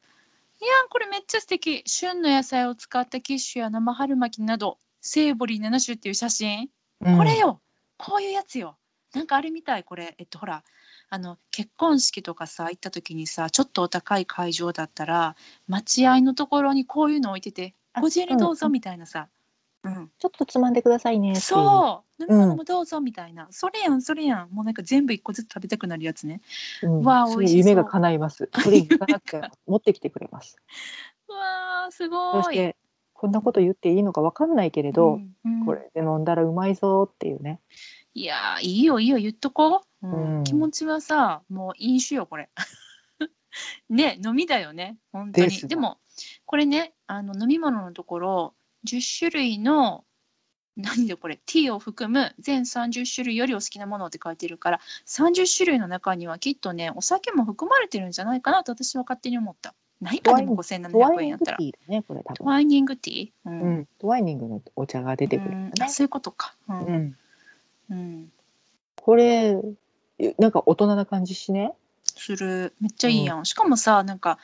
これめっちゃ素敵旬の野菜を使ったキッシュや生春巻きなどセーボリー7種っていう写真、うんこれよこういうやつよなんかあれみたいこれえっとほらあの結婚式とかさ行った時にさちょっとお高い会場だったら待合のところにこういうの置いてて「あご自由にどうぞ」んみたいなさ、うん、ちょっとつまんでくださいねっていうそう飲み物もどうぞみたいな、それやんそれやんもうなんか全部一個ずつ食べたくなるやつねう、ん、わあ美それ味しそう夢が叶いますそれガラッて持ってきてくれますうわーすごそいしてこんなこと言っていいのかわかんないけれど、うんうんこれで飲んだらうまいぞっていうねいやーいいよいいよ言っとこう、うんうん気持ちはさもう飲酒よこれ ね飲みだよね本当にですでなもこれねあの飲み物のところ10種類の何でこれティーを含む全30種類よりお好きなものって書いてるから30種類の中にはきっとねお酒も含まれてるんじゃないかなと私は勝手に思ったないかでもト5700ワイ円ニンやっグたテらィーだねこれ多ト分ワイニングティーううんん、トワイニングのお茶が出てくるんうんだあね、そういうことかうんう、ん、うん、これなんか大人な感じしねするめっちゃいいやん、しかもさなんか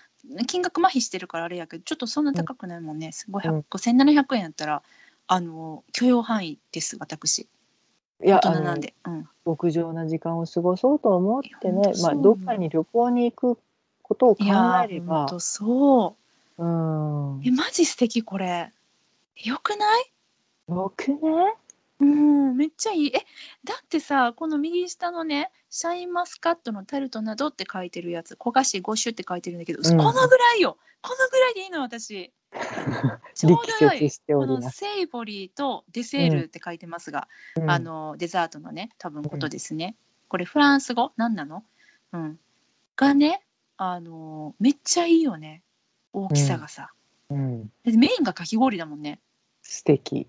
金額麻痺してるからあれやけどちょっとそんな高くないもんね、500うん5700円やったらあの許容範囲です私いや大人なんで、うん、極上な時間を過ごそうと思っていやね本当、まそうあ、よどっかに旅行に行くことを考いやえれーほんばとそうーんうえマジ素敵これよくないよくねうんめっちゃいいえだってさこの右下のねシャインマスカットのタルトなどって書いてるやつ焦がし5種って書いてるんだけど、うんこのぐらいよこのぐらいでいいの 私ちょう力どよい説しておこりのます。セイボリーとデセールって書いてますが、うんあのデザートのね多分ことですね、これフランス語何なの、うん、がねあのめっちゃいいよね大きさがさ、うん、でメインがかき氷だもんね 素敵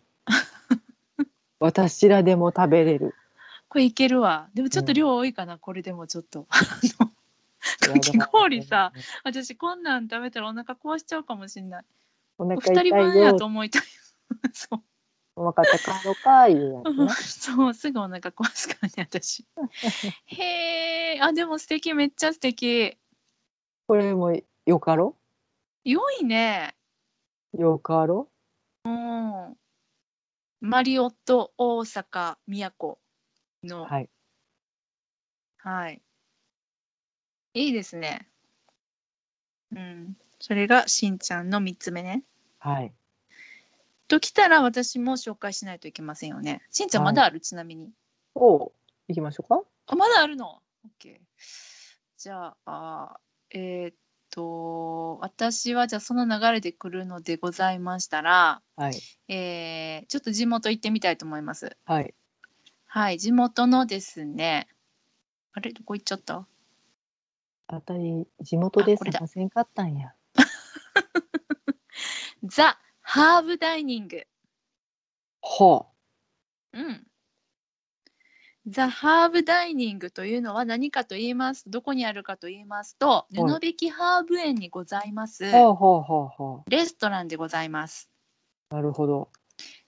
私らでも食べれる。 これいけるわでもちょっと量多いかな、これでもちょっとあのき氷さ、私こんなん食べたらお腹壊しちゃうかもしんない。おお腹二痛い人分やとよ、思いたい。 そう分かったかろか、いうやつうんな。 そう、すぐお腹壊すからね、 私。へえ、あ、でも素敵、めっちゃ素敵。これもよかろ良いね。よかろうん。マリオット大阪都の、はい。はい。い、いですね。うん。それがしんちゃんの3つ目ね。はい。ときたら私も紹介しないといけませんよね。しんちゃんはいまだある、ちなみに。お行きましょうか。あ、まだあるの ?OK。じゃあ、えーっと、私はじゃあその流れで来るのでございましたら、はい。えーちょっと地元行ってみたいと思います。はい。はい、地元のですね、あれ、どこ行っちゃったあたり、地元であこれだ探せんかったんや。ザ・ハーブダイニング。ほうん。ザ・ハーブダイニングというのは何かと言いますどこにあるかと言いますと、い布引ハーブ園にございます、う。ほうほうほうほレストランでございます。う。なるほど。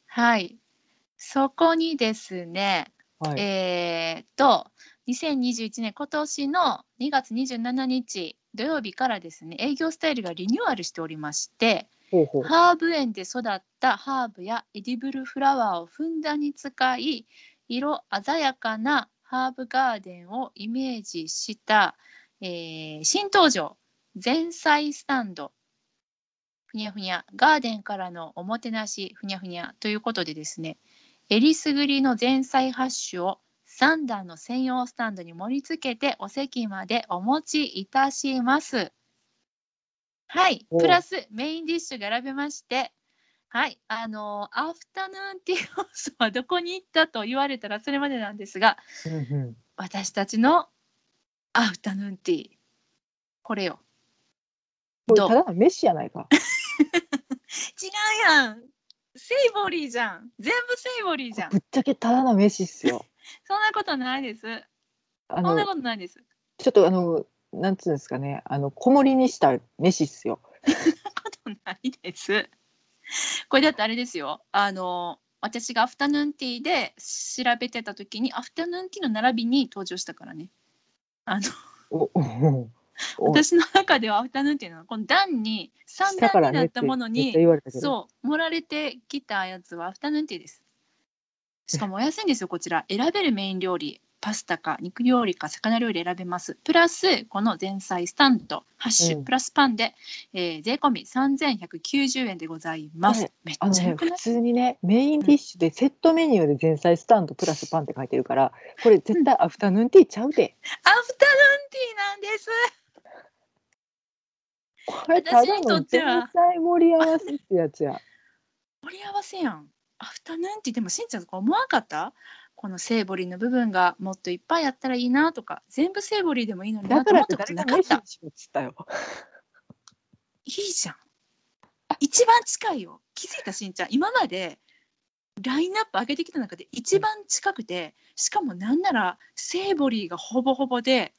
はい。そこにですね、はい。えーっと、2021年、今年の2月27日土曜日からですね、営業スタイルがリニューアルしておりまして、ほうほう。ハーブ園で育ったハーブやエディブルフラワーをふんだんに使い、色鮮やかなハーブガーデンをイメージした、えー新登場、前菜スタンド、ふにゃふにゃ、ガーデンからのおもてなし、ふにゃふにゃということでですね、えりすぐりの前菜ハッシュを3段の専用スタンドに盛り付けてお席までお持ちいたします。はい、おうプラスメインディッシュが選べまして、はい、あのーアフタヌーンティー放送はどこに行ったと言われたらそれまでなんですが、うんうん。私たちのアフタヌーンティー、これよ。これ、どうただの飯やないか。 違うやんセイボリーじゃん全部セイボリーじゃんぶっちゃけただの飯っすよ。そんなことないですあそんなの、ことないですちょっとあの、なんつうんですかね、あの、小盛りにした飯っすよ。そんなことないですこれだってあれですよあの私がアフタヌーンティーで調べてた時にアフタヌーンティーの並びに登場したからねあのお、お、お、私の中ではアフタヌーンティーのこの段に3下か段らになねっってたものめっにちゃ言われたけど。そう、盛られてきたやつはアフタヌーンティーです。しかもお安いんですよ、こちら。選べるメイン料理、パスタか肉料理か魚料理選べます。プラス、この前菜スタンド、ハッシュ、うんプラスパンで、えー税込み3190円でございます。ねめっあのちゃねよ、く普ない通にね、メインディッシュでセットメニューで前菜スタンドプラスパンって書いてるから、これ絶対アフタヌーンティーちゃうで。アフタヌーンティーなんですこれただ私にとっのては前菜盛り合わせってやつや。盛り合わせやん。アフタヌーンティーでもしんちゃんとか思わんかったこのセーボリーの部分がもっといっぱいあったらいいなとか全部セーボリーでもいいのになだとか思らっってたこと誰ながかっ飯たにしようっつったよ。いいじゃん。一番近いよ。気づいたしんちゃん。今までラインナップ上げてきた中で一番近くて、しかもなんならセーボリーがほぼほぼで、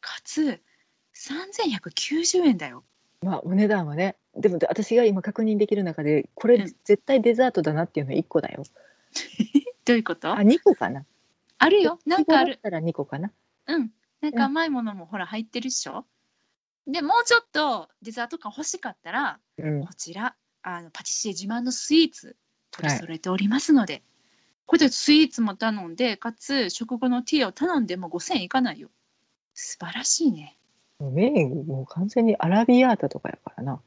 かつ3190円だよ。まあお値段はね、でも私が今確認できる中で、これうん絶対デザートだなっていうの1個だよ。どういうことあ、あ2個かな。るよ。なんかあいちる。ごだったら2個かな。うん。なんか甘いものもほら入ってるっしょ。でもうちょっとデザート感欲しかったら、うん。こちらあのパティシエ自慢のスイーツ取り揃えておりますので、これでスイーツも頼んでかつ食後のティーを頼んでも5000円いかないよ素晴らしいねもうメインもう完全にアラビアータとかやからな。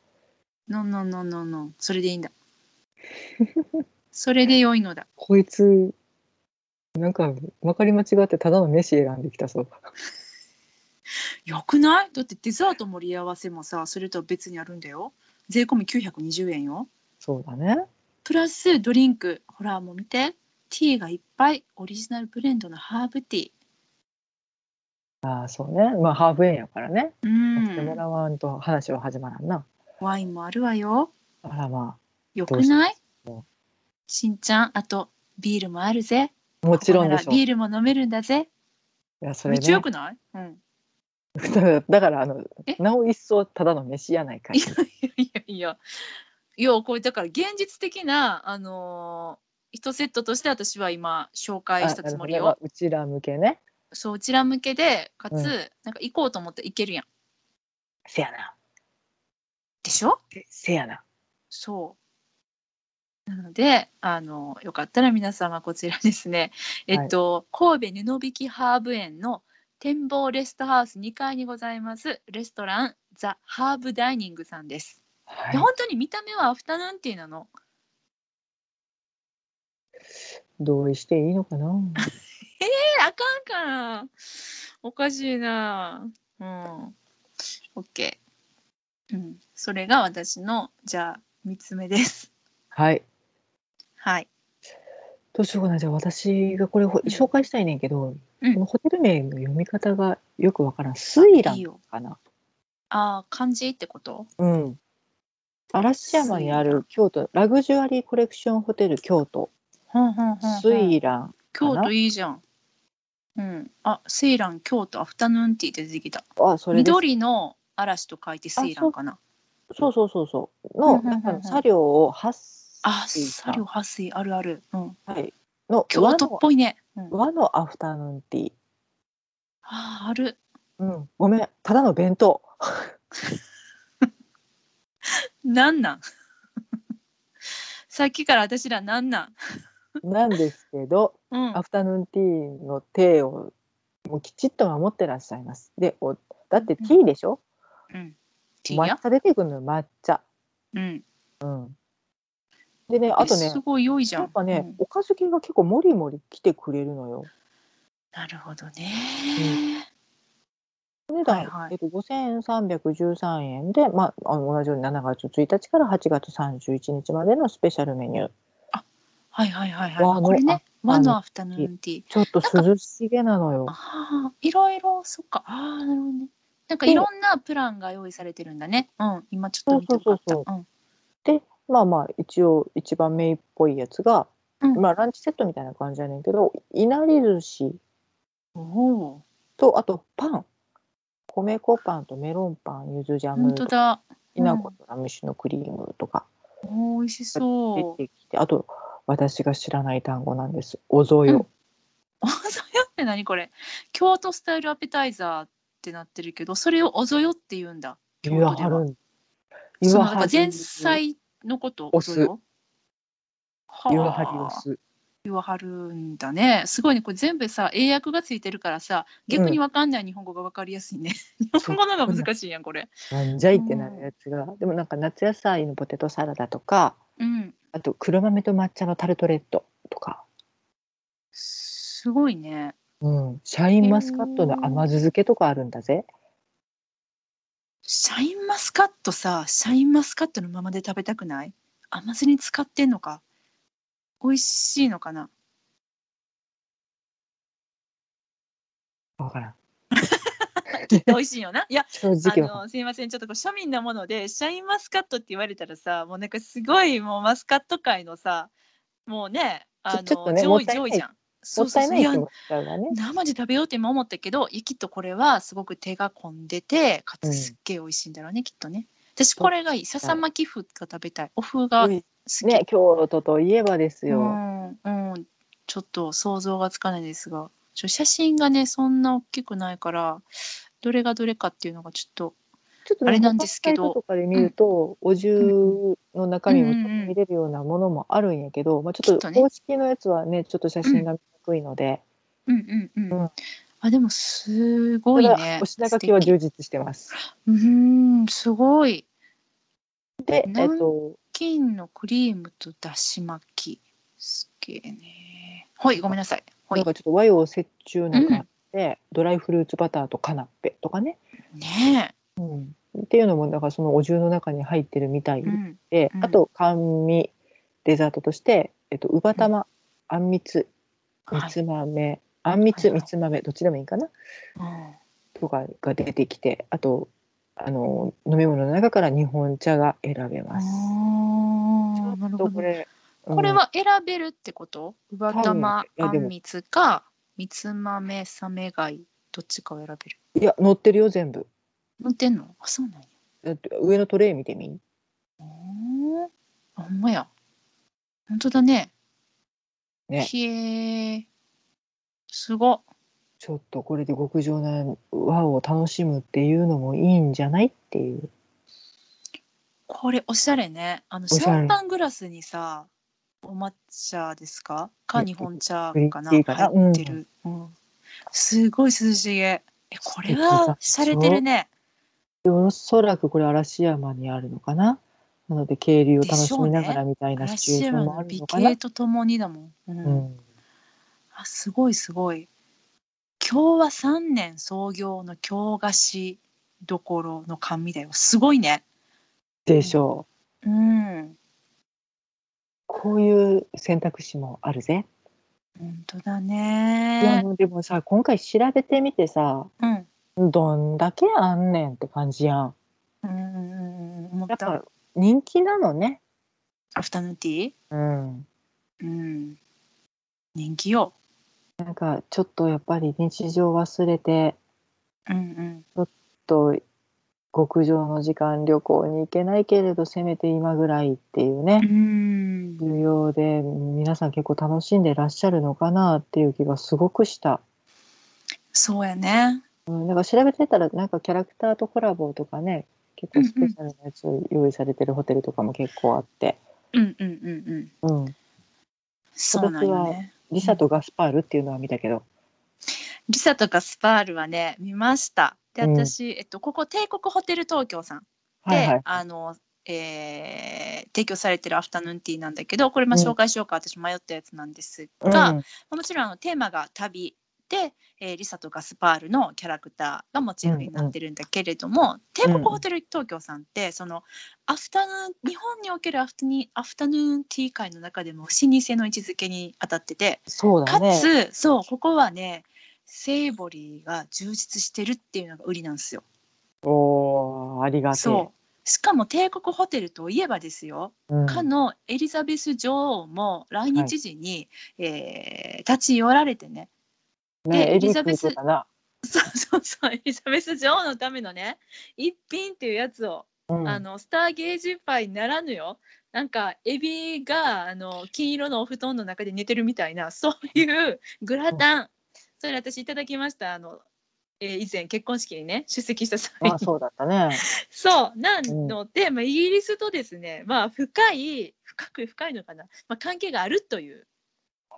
のんのんのんのんのんそれで いいんだそれで良いのだこいつ、なんか分かり間違ってただの飯選んできたそう。よくないだってデザート盛り合わせもさそれとは別にあるんだよ税込み920円よそうだね。プラスドリンクほらもう見てティーがいっぱいオリジナルブレンドのハーブティーああ、そうね。まあ、ハーフ円やからね。うしてもんらわんと話は始まらんな。ワインもあるわよあらまよくないどうししんちゃん、あとビールもあるぜ。あ。もちろんでこしこならょう。ビいールも飲めるんだぜ。や、そめっれちゃよね。くないうん。 だからあのえなお一層ただの飯やないかいいいやいやいやこれだから現実的なあのー、1セットとして私は今紹介したつもりあなるほどねを、まあうちら向けねそううちら向けでかつ、うんなんか行こうと思って行けるやんせやなでしょせせやなそうなのであのよかったら皆様こちらですねえっと、神戸布引ハーブ園の展望レストハウス2階にございますレストランザ・ハーブダイニングさんですはいいや本当に見た目はアフタヌーンティーなの。同意していいのかなえあかんから。おかしいな。うん。OK。うん。それが私の、じゃあ、3つ目です。はいはい。どうしようかなじゃあ私がこれほ紹介したいねんけど、うんこのホテル名の読み方がよくわからんスイラいいンよ。かなああ、漢字ってことうん嵐山にある京都ラグジュアリーコレクションホテル京都ほんほんほんほんスイラン京都いいじゃん。うん。あ、スイラン京都アフタヌーンティーって出てきた。あそれです緑の嵐と書いてスイランかな。そうそうそうそううんのうんうんうん中の作業を発あ、サリオハスイあるある。うん。はいの京都っぽいね。うん、あ和のアフタヌーンティー、あー、ある。うん、ごめんただの弁当なん なんさっきから私らなんなんなんですけどうんアフタヌーンティーの手をもうきちっと守ってらっしゃいます。で、おだってティーでしょ、うん。ティー抹ヤ茶出てくるのよ、抹茶。うん。でね、あとえねす、ごい良いじゃん。なんかうね、んおかず系が結構もりもり来てくれるのよ。なるほどね。お値段、はいはいえっと、5313円で、まあ、あの同じように7月1日から8月31日までのスペシャルメニュー。はいはいはいはい。和のこれね、和あののアフタヌーンティー。ちょっと涼しげなのよ。ああ、いろいろ、そっか。ああ、なるほどね。なんかいろんなプランが用意されてるんだね。うん。今ちょっと見てよかった。そううん。まあまあ、一応、一番メインっぽいやつが、うんまあ、ランチセットみたいな感じやねんけど、いなり寿司。おお。とあとパン米粉パンとメロンパンゆずジャム本当だ。きな粉とラム酒のクリームとかおー美味し出そう。てきて、あと私が知らない単語なんですおぞよ、おぞよって何これ京都スタイルアペタイザーってなってるけどそれをおぞよって言うんだ京言わ都でははるんそ言のわなんはかる前菜のことお酢おぞよはあ言わはりおす言わはるんだねすごいねこれ全部さ英訳がついてるからさ逆にわかんない日本語がわかりやすいね、日本語の方が難しいやんこれなんじゃいってなるやつが、でもなんか夏野菜のポテトサラダとかうんあと黒豆と抹茶のタルトレットとか、すごいねうん、シャインマスカットの甘酢漬けとかあるんだぜシャインマスカットさシャインマスカットのままで食べたくない甘酢に使ってんのか美味しいのかなわからん美味しいよな。いや、正あ直わかの、すいません、ちょっとこう庶民なもので、シャインマスカットって言われたらさ、もうなんかすごい、もうマスカット界のさ、もうね、あの、ちょちょっとねも上っ位たいな上い位じゃん。らそんもうっそうたいそう。ないいや気、持ちだわね生で食べようって今思ったけど、いやきっとこれはすごく手が込んでて、かうつんすっげえ美味しいんだろうね、きっとね。私これがいい。ささ巻き風が食べたい。お風が好き。ね京都といえばですうよ、ん、うん。ちょっと想像がつかないですが、ちょ写真がね、そんな大きくないから、どれがどれかっていうのがちょっとちょっとねあれなんですけど他のサイトとかで見ると、お重の中身もちょっと見れるようなものもあるんやけど、まあ、ちょっきっととね公式のやつはねちょっと写真が見にくいので、うんうんううんん。あでもすごいたねだ。お品書きは素敵充実してます。うーんすごい。で、なえっんと、金のクリームとだし巻き。すげえね。はいごめんなさい。はないん。かちょっと和洋折衷のがあって、ドライフルーツバターとカナッペとかね、ねっていうのもなんかそのお重の中に入ってるみたいえ。うん。で、うんあと甘味デザートとして、えっと、うばたま、あんみつ、みはい。つ豆、あんみはつ、いはいみつ豆、どっちでもいいかな。うんとかが出てきてあとあの飲み物の中から日本茶が選べます。あーなるほちょっとどこ。れこれは選べるってこと？うばたま多分いやあでんもみつかみつ豆サメ貝どっちかを選べる。いや乗ってるよ全部乗ってんのあそうなんやだって上のトレイ見てみおーあほんまや本当だねねへえすごっちょっとこれで極上な和を楽しむっていうのもいいんじゃないっていうこれおしゃれねあのしゃシれャンパングラスにさお抹茶ですかかうん日本茶かなグリーンティーかな入ってる、うんすごい涼しげえこれは洒落てるねでおそらくこれ嵐山にあるのかななので渓流を楽しみながらみたいなシチュエ嵐ーショ山ンもあのる美のかな形、とともにだもん、うんうん、あすごいすごい今日は3年創業の京菓子どころの甘味だよすごいねでしょううんこういう選択肢もあるぜ、本当だいやねもうでもさ今回調べてみてさうんどんだけあんねんって感じやんうんうんうんうん思っやったぱ人気なのねアフタヌーンティーうんうん。人気よ。なんかちょっとやっぱり日常忘れてうんと極上の時間旅行に行けないけれどせめて今ぐらいっていううん。うねん。重要で皆さん結構楽しんでらっしゃるのかなっていう気がすごくした、そうやね。うん、なんか調べてたらなんかキャラクターとコラボとかね結構スペシャルなやつを用意されてるホテルとかも結構あって、うんうんうんうん。うん、そうなんよね。リサとガスパールっていうのは見たけど、リサとかスパールはね、見ました。で、うん私、えっと、ここ、帝国ホテル東京さんで、はいはいあの、えー提供されてるアフタヌーンティーなんだけど、これ、まあ、うん紹介しようか、私迷ったやつなんですうんが、もちろんあのテーマが旅で、えーリサとガスパールのキャラクターがモチーフになってるんだけれども、帝国ホテル東京さんってそのアフタヌーン日本におけるアフタニアフタヌーンティー会の中でも老舗の位置づけに当たっててそうだかねつ、そうここはねセイボリーが充実してるっていうのが売りなんですよ。おーありがてえそうしかも帝国ホテルといえばですよ、うんかのエリザベス女王も来日時に、えー立ち寄られてね ねでエリエリーザフベスとかな、そうそうそう、エリザベス女王のためのね、一品っていうやつを、うん、あのスターゲージパイならぬよ、なんかエビがあの金色のお布団の中で寝てるみたいな、 そういうグラタン、それ私いただきました、あの、えー以前結婚式にね、出席した際にあ。そうだっ たねそうなので、まあ、イギリスとですね、まあ、深い、深く深いのかな、まあ、関係があるという。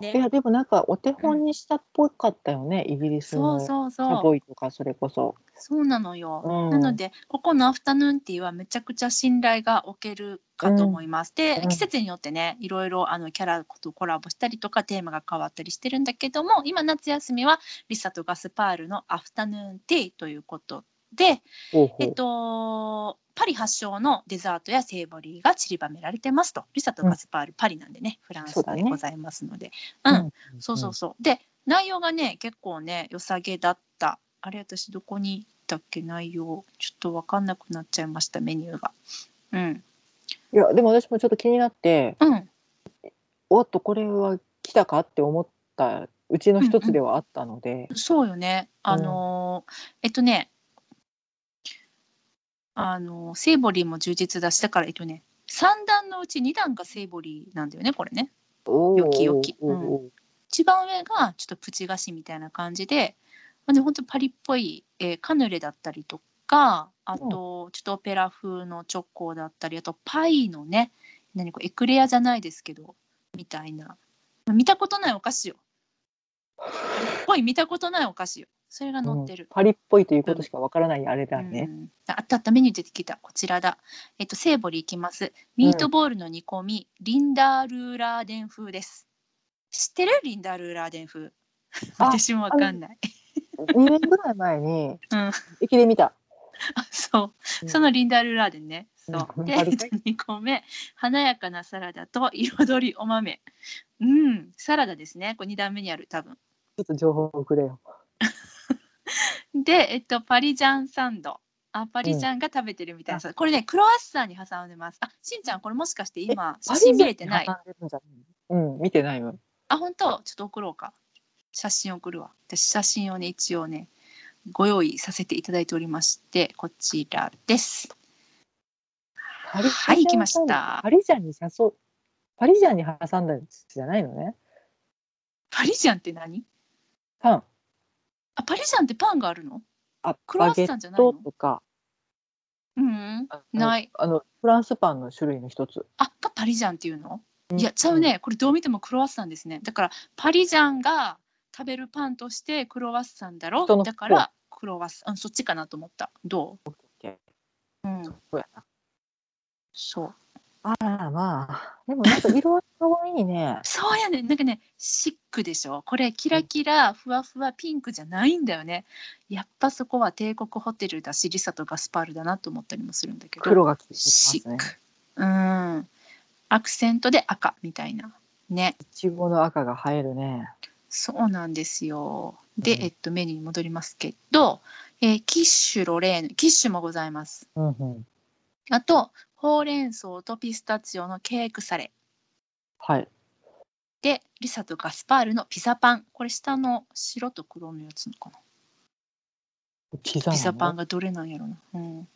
いね、やでもなんかお手本にしたっぽかったよね、イギリスそのうシそうそうャ。ボイとかそれこそ。そうなのよ。うんなので、ここのアフタヌーンティーはめちゃくちゃ信頼がおけるかと思います。でう、ん季節によってね、いろいろあのキャラとコラボしたりとか、テーマが変わったりしてるんだけども、今、夏休みはリサとガスパールのアフタヌーンティーということで、ほうほうえっと、パリ発祥のデザートやセーボリーが散りばめられてますと。リサとガスパール、パリなんでね、フランそスうだでねございますので。うんそうそうそう。で、内容がね、結構ね、良さげだった。あれ、私、どこに行ったっけ、内容。ちょっと分かんなくなっちゃいました、メニューが。うん。いやでも私もちょっと気になってうん。おっとこれは来たかって思ったうちの一つではあったので、そうよね。あのーえっとね、あのーセイボリーも充実だし、だから、えっとね、3段のうち2段がセイボリーなんだよね、これね。おーよきよきおーおー一番上がちょっとプチ菓子みたいな感じで、まあね、本当パリっぽい、えーカヌレだったりとかあとちょっとオペラ風のチョコだったりあとパイのね何かエクレアじゃないですけどみたいなまあ見たことないお菓子よパリっぽい見たことないお菓子よそれが載ってるうん、パリっぽいということしかわからないあれだねう。んあったあったメニュー出てきたこちらだえっとセーボリーいきますミートボールの煮込み、リンダールーラーデン風です知ってるリンダールーラーデン風あ私もわかんない2年ぐらい前にうん駅で見た。あ そううんそのリンダールーラーデンねそううんであるかい2個目華やかなサラダと彩りお豆うんサラダですねこれ2段目にある多分ちょっと情報をくれよ。で、えっと、パリジャンサンド。あ、パリジャンが食べてるみたいな、これね、クロワッサンに挟んでます。あ、しんちゃん、これもしかして今、写真見れてないパ。リじゃないうん見てないわ。あ、本当ちょっと送ろうか。写真送るわ。私、写真をね、一応ね、ご用意させていただいておりましてこちらです。パリはい行きましたパリジャンに誘う。パリジャンに挟んだやつじゃないのね。パリジャンって何パン。あパリジャンってパンがあるのあ、クロワバゲッサンッじゃないのトとか。うん。あのない。あの、フランスパンの種類の一つ。あがパリジャンっていうのんいやちゃうねこれどう見てもクロワッサンですねだからパリジャンが食べるパンとしてクロワッサンだろ人のだからクロワッサンうんそっちかなと思ったどうケーうんそうやな。そう。あらまあ。でもなんか色合いかわいいねそうやねなんかねシックでしょこれキラキラふわふわピンクじゃないんだよねやっぱそこは帝国ホテルだしリサとガスパールだなと思ったりもするんだけど黒がきいてますシッねク。うんアクセントで赤みたいなねいちごの赤が映えるね。そうなんですよ。うで、んえっと、メニューに戻りますけど、えーキッシュ、ロレーヌ、キッシュもございます。うんうん。あと、ほうれん草とピスタチオのケークサレ。はい。で、リサとガスパールのピザパン。これ下の白と黒のやつのかな。ピザ,、ピザパン。がどれなんやろな。うん。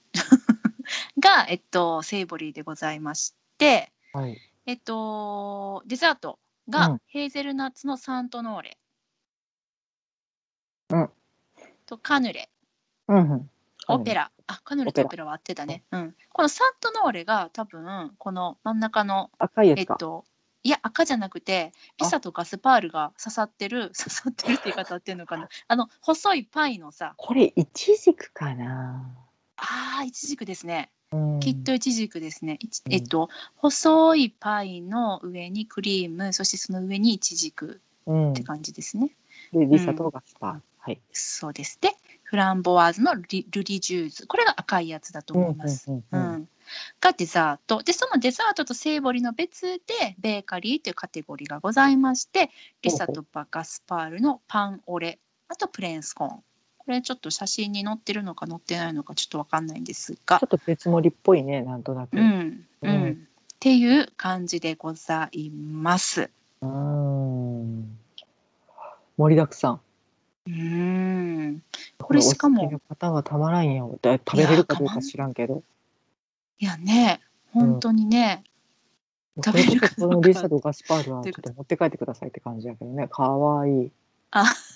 が、えっと、セイボリーでございまして、はい。えっと、デザートうがんヘーゼルナッツのサントノーレ。うんと、カヌレ。うんうん。オペラ。ラ。あ、カヌレとオペラは合ってたね。うん。このサントノーレが多分、この真ん中の、赤いやえっつか。と、いや、赤じゃなくて、あピサとガスパールが刺さってる、刺さってるって言い方合ってるのかな。あの、細いパイのさ、これ、イチジクかな。あー、イチジクですね。うんきっとイチジクですね。いちうんえっと、細いパイの上にクリーム、そしてその上にイチジクうん、ってで感じですね。リサとガスパー、はい。そうです。で、フランボワーズのルリルリジューズ。これが赤いやつだと思います。うんううんうんうんん、がデザートでそのデザートとセイボリの別でベーカリーというカテゴリーがございましてリサとバカスパールのパンオレあとプレーンスコーンこれちょっと写真に載ってるのか載ってないのかちょっとわかんないんですがちょっと別盛りっぽいね、なんとなく。うんうん、うんっていう感じでございます。うん盛りだくさん。うんこれしかお好きもな方はたまらんよ。だ食べれるかどうか知らんけど。いやね本当にね、かまんこれこそこのリサとガスパールはといちょうこっとと持って帰ってくださいって感じだけどね。かわいい。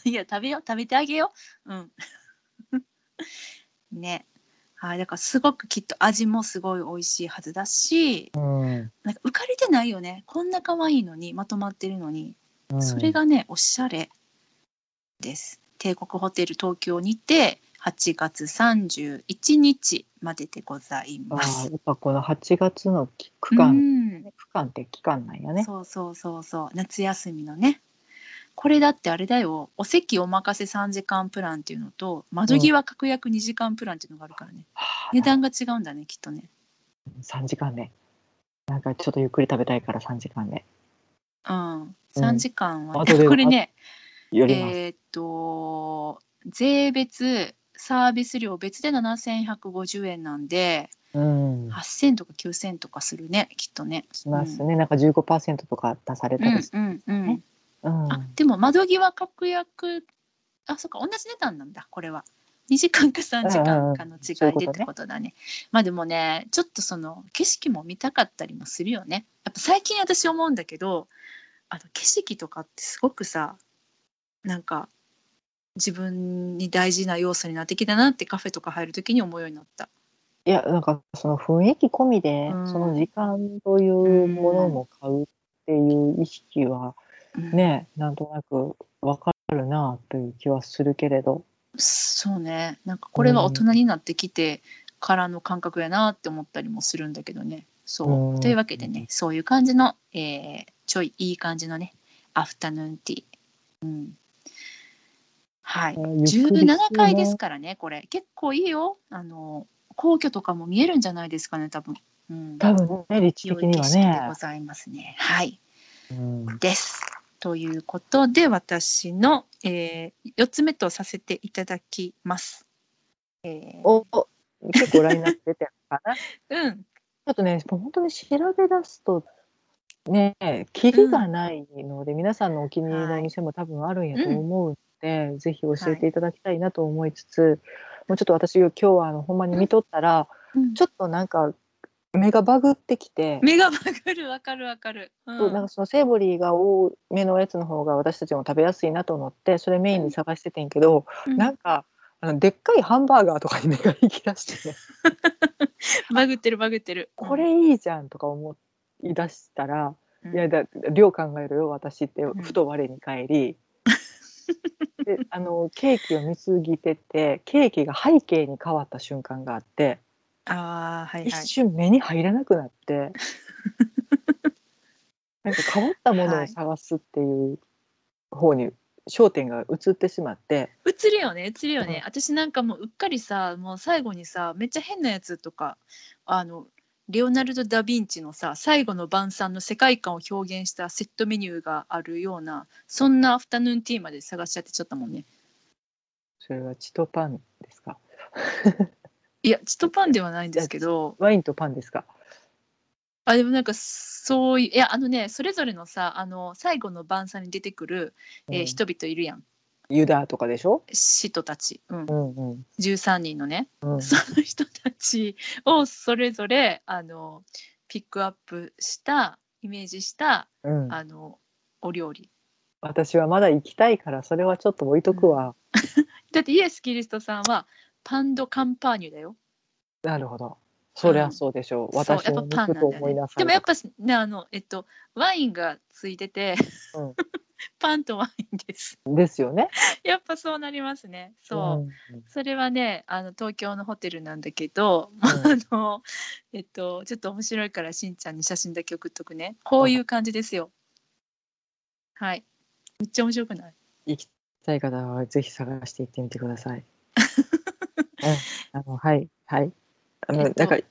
いや食べよう食べてあげよううん ねはいだからすごくきっと味もすごい美味しいはずだしうん。なんか浮かれてないよねこんな可愛いのにまとまってるのにうんそれ。がねおしゃれです帝国ホテル東京にて8月31日まででございあまあ、すやっぱこの8月の区う間、ん区間って期間なんやね。そうそうそうそう夏休みのねこれだってあれだよお席お任せ3時間プランっていうのと窓際確約2時間プランっていうのがあるからね、はあ値段が違うんだねきっとね3時間で。なんかちょっとゆっくり食べたいから3時間で。うん3時間は、あとでこれねよります。えーっと税別サービス料別で7150円なんでうん。 8000とか9000とかするねきっとねしますね。なんか15%とか出されうんたりして。うんうん、ねうん。あでも窓際確約あそっか同じ値段なんだこれは2時間か3時間かのうんうんそう違いいうでっことねてことだね,、まあでもねちょっとその景色も見たかったりもするよねやっぱ最近私思うんだけどあの景色とかってすごくさなんか自分に大事な要素になってきたなってカフェとか入るときに思うようになったいや、なんかその雰囲気込みで、うんその時間というものも買うっていう意識はうんね、なんとなくわかるなという気はするけれど。そうねなんかこれは大人になってきてからの感覚やなって思ったりもするんだけどねそう、うんというわけでねそういう感じの、えーちょいいい感じのねアフタヌーンティー、うん、はい17階ですからねこれ結構いいよあの皇居とかも見えるんじゃないですかね多分、うん、多分ね、立地良い的に景は色でねご。ざいますねはいうんです。ということで私の、え4つ目とさせていただきます。えーおお結構ラインナップ出てるかな。ちうん、ょっとね、もう本当に調べ出すと、ね、キリがないので、皆さんのお気に入りのお店も多分あるんやと思うで、ぜひ教えていただきたいなと思いつつ、もうちょっと私今日はあのほんまに見とったら、うんちょっとなんか目がバグってきて、目がバグるわかるわかる。うんそうなんかそのセーボリーが多めのやつの方が私たちも食べやすいなと思ってそれメインに探しててんけど、うんなんかあのでっかいハンバーガーとかに目が行きだして、ね、バグってるバグってる。これいいじゃんとか思い出したら、うんいやだ量考えろよ私ってうんふと我に 返り、であのケーキを見過ぎててケーキが背景に変わった瞬間があってああはい一はい。瞬目に入らなくな って。なんか変わったものはをい探すっていう方に焦点が移ってしまって、映るよね映るよね、うん私なんかもううっかりさもう最後にさめっちゃ変なやつとかあのレオナルド・ダ・ヴィンチのさ最後の晩餐の世界観を表現したセットメニューがあるようなそんなアフタヌーンティーまで探し当てちゃったもんねそれはチとパンですかいやチトパンではないんですけどワインとパンですかあでもなんかそういういやあのねそれぞれのさあの最後の晩餐に出てくる、えーうん人々いるやんユダとかでしょ使徒たち、うんう、んうん13人のね、うんその人たちをそれぞれあのピックアップしたイメージしたうん、あのお料理私はまだ行きたいからそれはちょっと置いとくわ、だってイエス・キリストさんはパンド・カンパーニュだよなるほどそりゃそうでしょう、そう私やもっぱパ行ンなんくとだよ思いねなさでいもやっぱねあのえっとワインがついてて、うん パンとワインですですよねやっぱそうなりますねそう、うんそれはねあの東京のホテルなんだけど、うんあのえっとちょっと面白いからしんちゃんに写真だけ送っとくねこういう感じですよはいめっちゃ面白くない行きたい方はぜひ探して行ってみてくだ さい。うん、あのはいはいあの、えっとなんか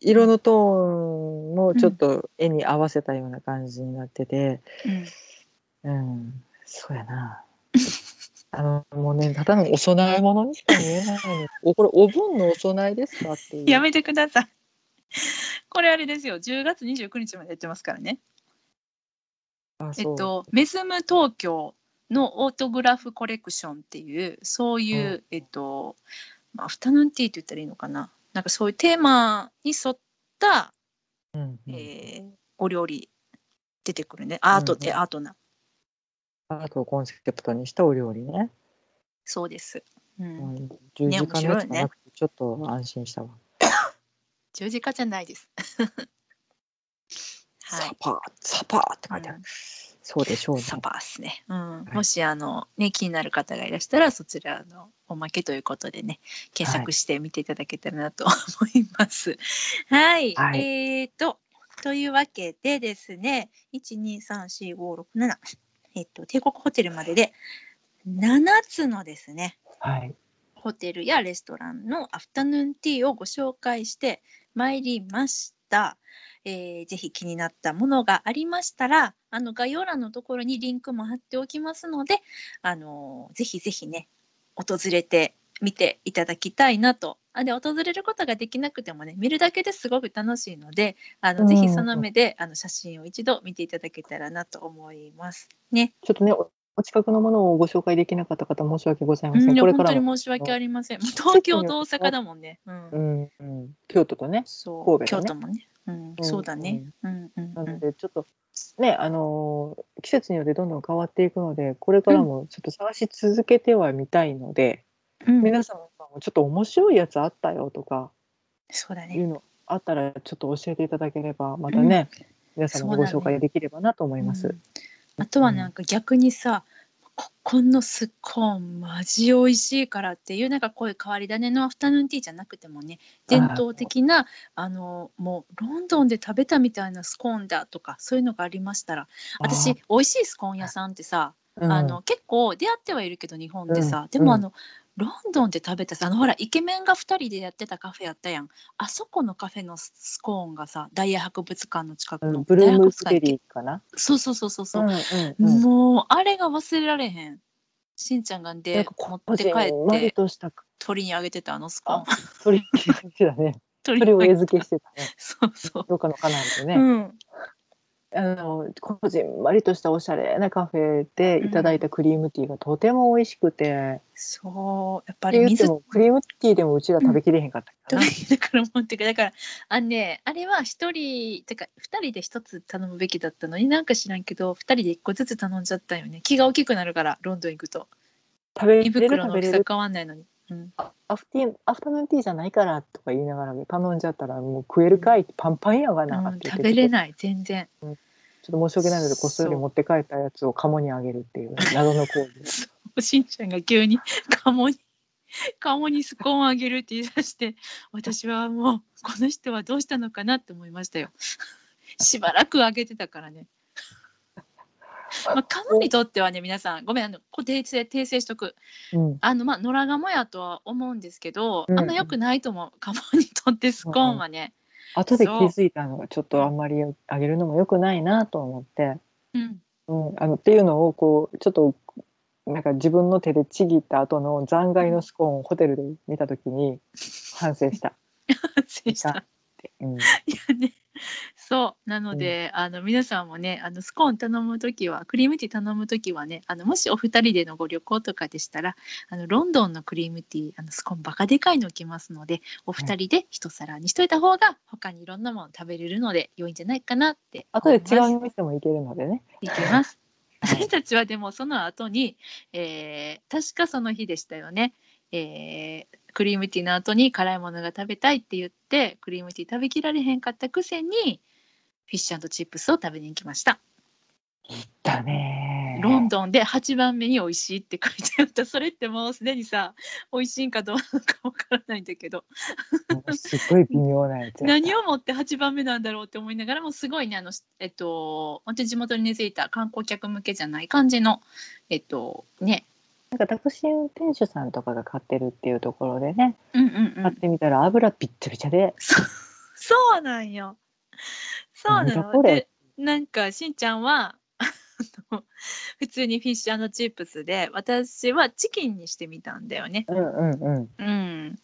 色のトーンもちょっと絵に合わせたような感じになってて、うんうん、そう やな。あのもうねただのお供え物にしか見えないの。おこれお盆のお供えですかっていう。やめてくださいこれあれですよ10月29日までやってますからねあえっそうとメズム東京のオートグラフコレクションっていうそういう、うんえっとまあアフタヌーンティーって言ったらいいのかななんかそういうテーマに沿ったうんうんえーお料理出てくるねアートってうんうアートな、アートをコンセプトにしたお料理ね。そうです、うんうん、十字架のやつじゃなくてちょっと安心したわ。十字架じゃないです はサいパーサパーって書いてある。うんそうでしょうね。サバースね、うんいもしあの、ね、気になる方がいらしたらそちらのおまけということでね検索して見ていただけたらなと 思います。はい、はいえー、とというわけでですね1234567えっと帝国ホテルまでで7つのですねはい。ホテルやレストランのアフタヌーンティーをご紹介してまいりました。えーぜひ気になったものがありましたらあの概要欄のところにリンクも貼っておきますので、あのーぜひぜひね訪れてみていただきたいなとあで訪れることができなくてもね見るだけですごく楽しいのであの、うんぜひその目であの写真を一度見ていただけたらなと思いますね。ちょっとね、おお近くのものをご紹介できなかった方、申し訳ございませうんん。いやこれか本当らも、に申し訳ありません。もう東京と大阪だもんね。うんうんうん、京都とね、そう、神戸京が都ねもね。うん、うんそうだね。うんうんなうのん。で、ちょっと、ね、あのー季節によってどんどん変わっていくので、これからもちょっと探し続けてはみたいので、うん、皆さんもちょっと面白いやつあったよとかそうだいね。うのあったら、ちょっと教えていただければ、またね、皆さんもご紹介できればなと思います。うんあとはなんか逆にさ、ここのすっこんマジ美味しいからっていうなんかこういう変わり種のアフタヌーンティーじゃなくてもね伝統的なあのもうロンドンで食べたみたいなスコーンだとかそういうのがありましたら私美味しいスコーン屋さんってさうん、あの結構出会ってはいるけど日本でさ、うんでもあの、ロンドンで食べたさあのほらイケメンが2人でやってたカフェやったやんあそこのカフェのススコーンがさダイヤ博物館の近くうの、ん、ブルームスダイヤベ博物館やっリーかな。けそうそうそうそうそう、んんんもうあれが忘れられへんしんちゃんがんなんでか持こって帰っマリてとした鳥にあげてたあのスコーンあ鳥だね。 鳥鳥を餌付けしてたね。そうそうどっかのカナンでね。うん、あのこじんまりとしたおしゃれなカフェでいただいたクリームティーがとても美味しくて、そう、やっぱってり言って水もクリームティーでもうちら食べきれへんかったからな、だからもうてかだからあのねあれは一人てか二人で一つ頼むべきだったのになんか知らんけど二人で一個ずつ頼んじゃったんよね気が大きくなるからロンドン行くと食べ胃れる袋の食大べきれさる変わんないのに、うん、アフティーアフタヌーンティーじゃないからとか言いながら頼んじゃったらもう食えるかいパンパンやがな、うんって言食ってべれない全然ちょっと申し訳ないのでこっそり持って帰ったやつをカモにあげるっていう謎の行為おしんちゃんが急にカモにカモにスコーンあげるって言い出して私はもうこの人はどうしたのかなって思いましたよしばらくあげてたからねまあ、カモにとってはね皆さんごめんあのこう訂正訂正しとくうんあのまあ野良鴨やとは思うんですけど、うんあんま良くないと思う鴨にとってスコーンはね、後で気づいたのがちょっとあんまりあげるのも良くないなと思って、うん、 うん、あのっていうのをこうちょっとなんか自分の手でちぎった後の残骸のスコーンをホテルで見た時に反省した。失礼しいた ういんやねそうなので、あの皆さんもねあのスコーン頼む時はクリームティー頼む時はねあのもしお二人でのご旅行とかでしたらあのロンドンのクリームティーあのスコーンバカでかいの置きますのでお二人で一皿にしといた方が他にいろんなもの食べれるので良いんじゃないかなって後思いでます違う店も行けるのでね。いきます。はい私たちはでもその後に、えー確かその日でしたよね、えークリームティーの後に辛いものが食べたいって言ってクリームティー食べきられへんかったくせにフィッシュチップスを食べに行きましただねー。ロンドンで8番目に美味しいって書いてあったそれってもうすでにさ美味しいんかどうなのかわからないんだけどもうすっごい微妙なやつやった。何をもって8番目なんだろうって思いながらもすごいねあの、えっと、本当に地元に根付いた観光客向けじゃない感じの、えっとね、なんかタクシー運転手さんとかが買ってるっていうところでね、うんうんう買っん、てみたら油びっちゃびちゃで、そそうなんよ。そうななんだの。これでなんかしんちゃんはあの普通にフィッシュチップスで私はチキンにしてみたんだよね。うんうんうん。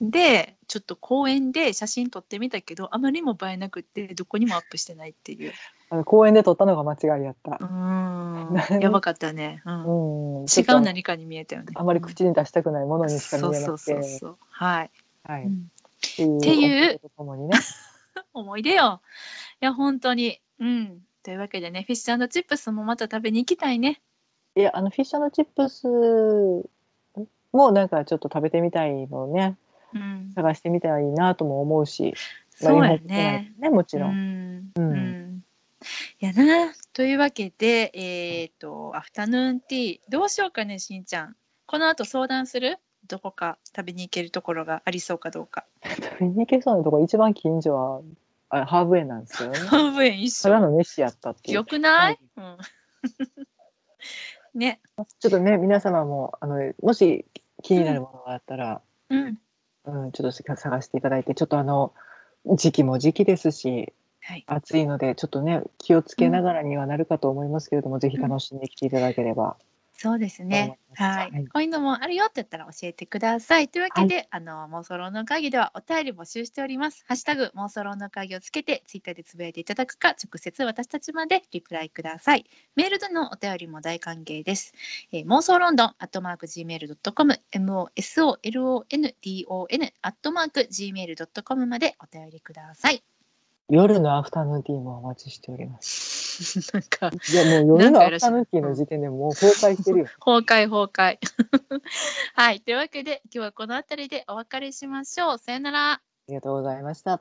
うん、でちょっと公園で写真撮ってみたけどあまりにも映えなくてどこにもアップしてないっていう。あの公園で撮ったのが間違いやったう。ーん何やばかったね。うんうん。違ちょっとう何かに見えたよね。あまり口に出したくないものにしか見えそなうくそうそうて、そう。はい。はうい。んっていうっていう思いとともにね、思い出よ。いや、本当に。うん。というわけでね、フィッシュチップスもまた食べに行きたいね。いやあのフィッシュチップスもなんかちょっと食べてみたいのをね、うん。探してみたらいいなとも思うし、まあそうや日本国内ね。でね、もちうろん。ん。うんうん。いやな。というわけで、えっ、と、アフタヌーンティー、どうしようかね、しんちゃん。この後相談するどこか食べに行けるところがありそうかどうか。食べに行けそうなとこ一番近所はあハーブ園なんですけどね。半分一ただ緒。の飯やったっていうよ。くない、うん、 ね。ちょっとね皆様もあのもし気になるものがあったら、うん。うんちょっと探していただいてちょっとあの時期も時期ですしはい。暑いのでちょっとね気をつけながらにはなるかと思いますけれども、ぜひ楽しんできていただければ、そうですね。ははいい。こういうのもあるよって言ったら教えてください。というわけで、あの、妄想論の会議ではお便り募集しております。ハッシュタグ、妄想論の会議をつけて、ツイッターでつぶやいていただくか、直接私たちまでリプライください。メールでのお便りも大歓迎です。えー、妄想ロンドン、アットマーク Gmail.com、MOSOLONDON、アットマーク Gmail.com までお便りください。 夜のアフタヌーンティーもお待ちしております。なんか、いやもう夜なんのかアやらフしいタヌーンティーの時点でもう崩壊してるよ。崩壊崩壊 はいというわけで今日はこの辺りでお別れしましょうさよならありがとうございました。